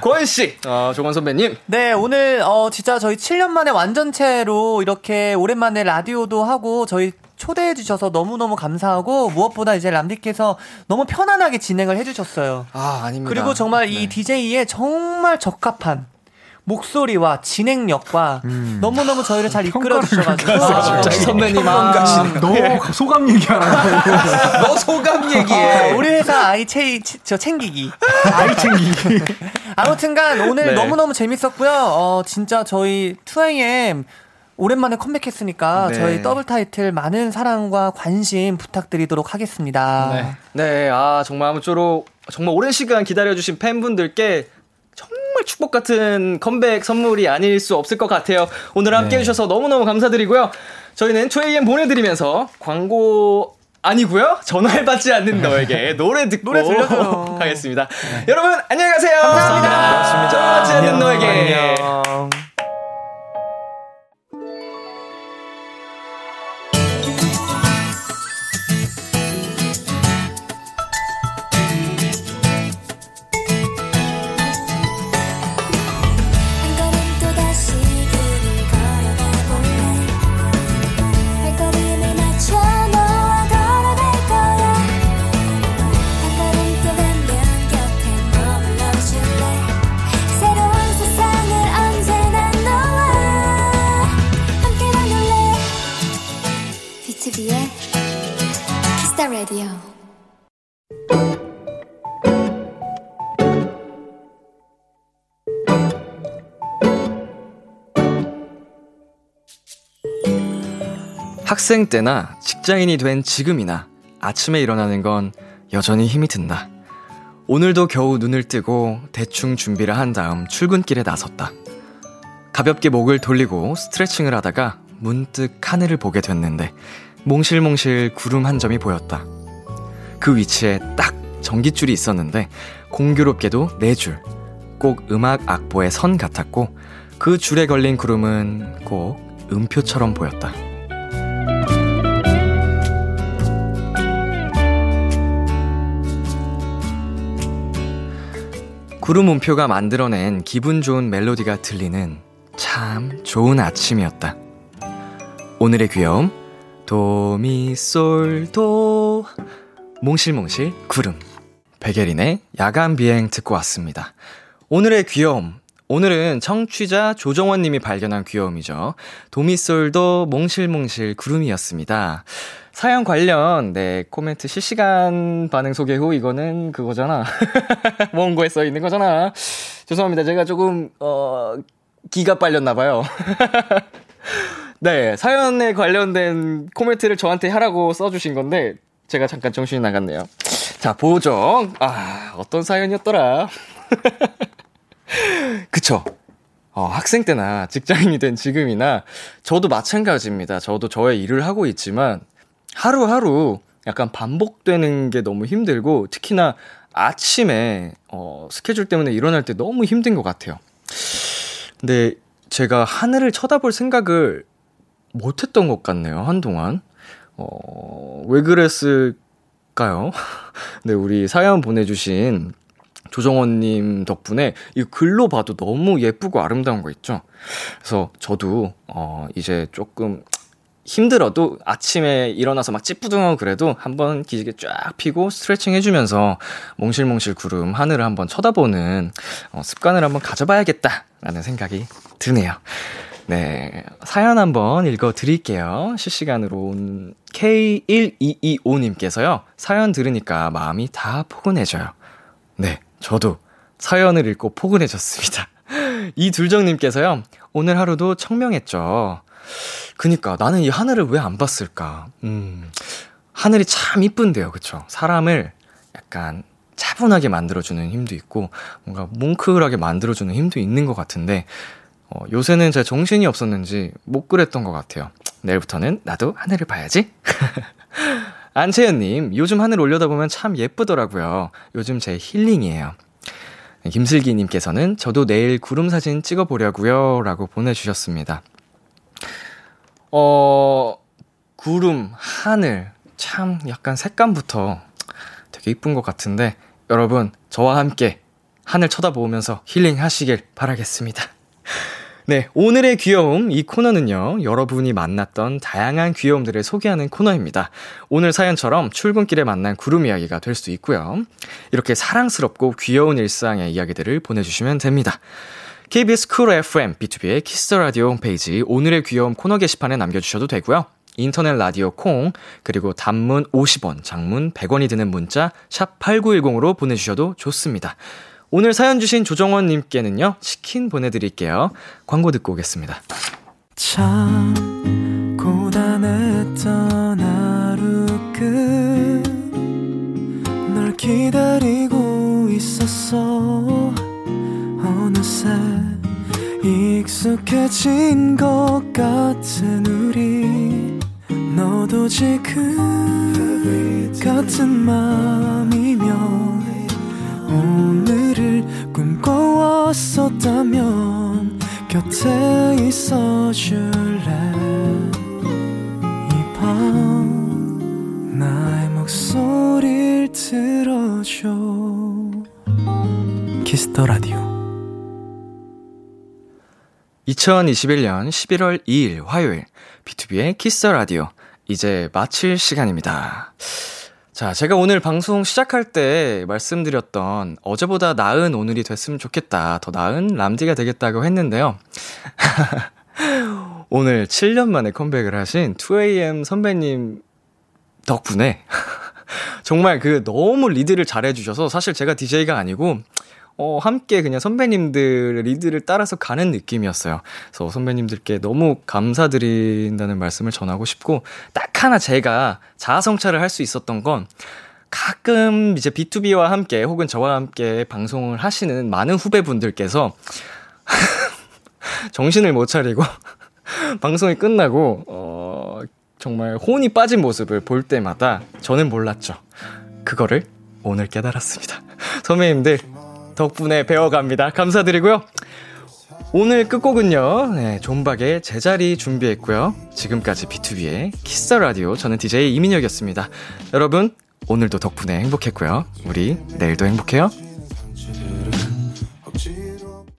고은 씨, 어, 조건 선배님. 네, 오늘 어 진짜 저희 7년 만에 완전체로 이렇게 오랜만에 라디오도 하고 저희 초대해 주셔서 너무너무 감사하고 무엇보다 이제 람디께서 너무 편안하게 진행을 해 주셨어요. 아 아닙니다. 그리고 정말 이 DJ의 정말 적합한 목소리와 진행력과 너무너무 저희를 잘 이끌어 주셔가지고 그러니까. 아, 선배님 (laughs) 아, 네. 너 소감 얘기하라. 너 소감 얘기해. 어, 우리 회사 아이 채이 치- 저 챙기기. 아이 챙기기. (laughs) 아무튼간 오늘 네. 너무너무 재밌었고요. 어, 진짜 저희 2AM 오랜만에 컴백했으니까 네. 저희 더블 타이틀 많은 사랑과 관심 부탁드리도록 하겠습니다. 네. 네, 아 정말 아무쪼록 정말 오랜 시간 기다려주신 팬분들께 정말 축복 같은 컴백 선물이 아닐 수 없을 것 같아요. 오늘 네. 함께 해주셔서 너무너무 감사드리고요. 저희는 초AM 보내드리면서 광고 아니고요 전화를 받지 않는 너에게 노래 듣고 노래 들려줘요. 가겠습니다. 여러분 안녕히 가세요. 감사합니다. 전화 받지 않는 너에게. 안녕. 한 걸음 또다시 길을 걸어가 볼래 발걸음을 맞춰 너와 걸어갈 거야 한 걸음 또 가면 곁에 머물러 줄래 새로운 세상을 언제나 너와 함께 만들래 BTOB의 Kiss the Radio 학생 때나 직장인이 된 지금이나 아침에 일어나는 건 여전히 힘이 든다. 오늘도 겨우 눈을 뜨고 대충 준비를 한 다음 출근길에 나섰다. 가볍게 목을 돌리고 스트레칭을 하다가 문득 하늘을 보게 됐는데 몽실몽실 구름 한 점이 보였다. 그 위치에 딱 전깃줄이 있었는데 공교롭게도 네 줄. 꼭 음악 악보의 선 같았고 그 줄에 걸린 구름은 꼭 음표처럼 보였다. 구름 음표가 만들어낸 기분 좋은 멜로디가 들리는 참 좋은 아침이었다. 오늘의 귀여움 도미솔도 몽실몽실 구름 백예린의 야간 비행 듣고 왔습니다. 오늘의 귀여움 오늘은 청취자 조정원 님이 발견한 귀여움이죠. 도미솔도 몽실몽실 구름이었습니다. 사연 관련 네 코멘트 실시간 반응 소개 후 이거는 그거잖아. (laughs) 원고에 써 있는 거잖아. 죄송합니다. 제가 조금 어 기가 빨렸나 봐요. (laughs) 네, 사연에 관련된 코멘트를 저한테 하라고 써주신 건데, 제가 잠깐 정신이 나갔네요. 자, 보정. 아, 어떤 사연이었더라. (laughs) 그쵸. 어, 학생 때나 직장인이 된 지금이나 저도 마찬가지입니다. 저도 저의 일을 하고 있지만 하루하루 약간 반복되는 게 너무 힘들고 특히나 아침에 어, 스케줄 때문에 일어날 때 너무 힘든 것 같아요. 근데 제가 하늘을 쳐다볼 생각을 못했던 것 같네요, 한동안. 어, 왜 그랬을까요? (laughs) 네, 우리 사연 보내주신 조정원님 덕분에 이 글로 봐도 너무 예쁘고 아름다운 거 있죠? 그래서 저도, 어, 이제 조금 힘들어도 아침에 일어나서 막 찌뿌둥하고 그래도 한번 기지개 쫙 피고 스트레칭 해주면서 몽실몽실 구름 하늘을 한번 쳐다보는 어, 습관을 한번 가져봐야겠다라는 생각이 드네요. 네. 사연 한번 읽어 드릴게요. 실시간으로 온 K1225님께서요. 사연 들으니까 마음이 다 포근해져요. 네. 저도 사연을 읽고 포근해졌습니다. (laughs) 이둘정님께서요. 오늘 하루도 청명했죠. 그니까 나는 이 하늘을 왜 안 봤을까? 음. 하늘이 참 이쁜데요. 그쵸? 사람을 약간 차분하게 만들어주는 힘도 있고, 뭔가 뭉클하게 만들어주는 힘도 있는 것 같은데, 어, 요새는 제 정신이 없었는지 못 그랬던 것 같아요. 내일부터는 나도 하늘을 봐야지. (laughs) 안채연님, 요즘 하늘 올려다보면 참 예쁘더라고요. 요즘 제 힐링이에요. 김슬기님께서는 저도 내일 구름 사진 찍어보려고요. 라고 보내주셨습니다. 어, 구름, 하늘, 참 약간 색감부터 되게 이쁜 것 같은데, 여러분, 저와 함께 하늘 쳐다보면서 힐링 하시길 바라겠습니다. (laughs) 네, 오늘의 귀여움 이 코너는요, 여러분이 만났던 다양한 귀여움들을 소개하는 코너입니다. 오늘 사연처럼 출근길에 만난 구름 이야기가 될 수 있고요. 이렇게 사랑스럽고 귀여운 일상의 이야기들을 보내주시면 됩니다. KBS 쿨 FM, B2B의 키스터 라디오 홈페이지 오늘의 귀여움 코너 게시판에 남겨주셔도 되고요. 인터넷 라디오 콩, 그리고 단문 50원, 장문 100원이 드는 문자, 샵8910으로 보내주셔도 좋습니다. 오늘 사연 주신 조정원님께는요, 치킨 보내드릴게요. 광고 듣고 오겠습니다. 참 고단했던 하루 끝널 기다리고 있었어 어느새 익숙해진 것 같은 우리 너도 지금 같은 맘이면 오늘을 꿈꿔왔었다면 곁에 있어 줄래 이밤 나의 목소리를 들어줘 키스터 라디오 2021년 11월 2일 화요일 B2B의 키스 라디오 이제 마칠 시간입니다. 자, 제가 오늘 방송 시작할 때 말씀드렸던 어제보다 나은 오늘이 됐으면 좋겠다. 더 나은 람디가 되겠다고 했는데요. (laughs) 오늘 7년 만에 컴백을 하신 2AM 선배님 덕분에 (laughs) 정말 그 너무 리드를 잘해주셔서 사실 제가 DJ가 아니고 어, 함께 그냥 선배님들의 리드를 따라서 가는 느낌이었어요. 그래서 선배님들께 너무 감사드린다는 말씀을 전하고 싶고, 딱 하나 제가 자아성찰을 할 수 있었던 건, 가끔 이제 B2B와 함께, 혹은 저와 함께 방송을 하시는 많은 후배분들께서, (laughs) 정신을 못 차리고, (laughs) 방송이 끝나고, 어, 정말 혼이 빠진 모습을 볼 때마다 저는 몰랐죠. 그거를 오늘 깨달았습니다. (laughs) 선배님들, 덕분에 배워갑니다. 감사드리고요. 오늘 끝곡은요, 네, 존박의 제자리 준비했고요. 지금까지 B2B의 키스 라디오. 저는 DJ 이민혁이었습니다. 여러분, 오늘도 덕분에 행복했고요. 우리 내일도 행복해요.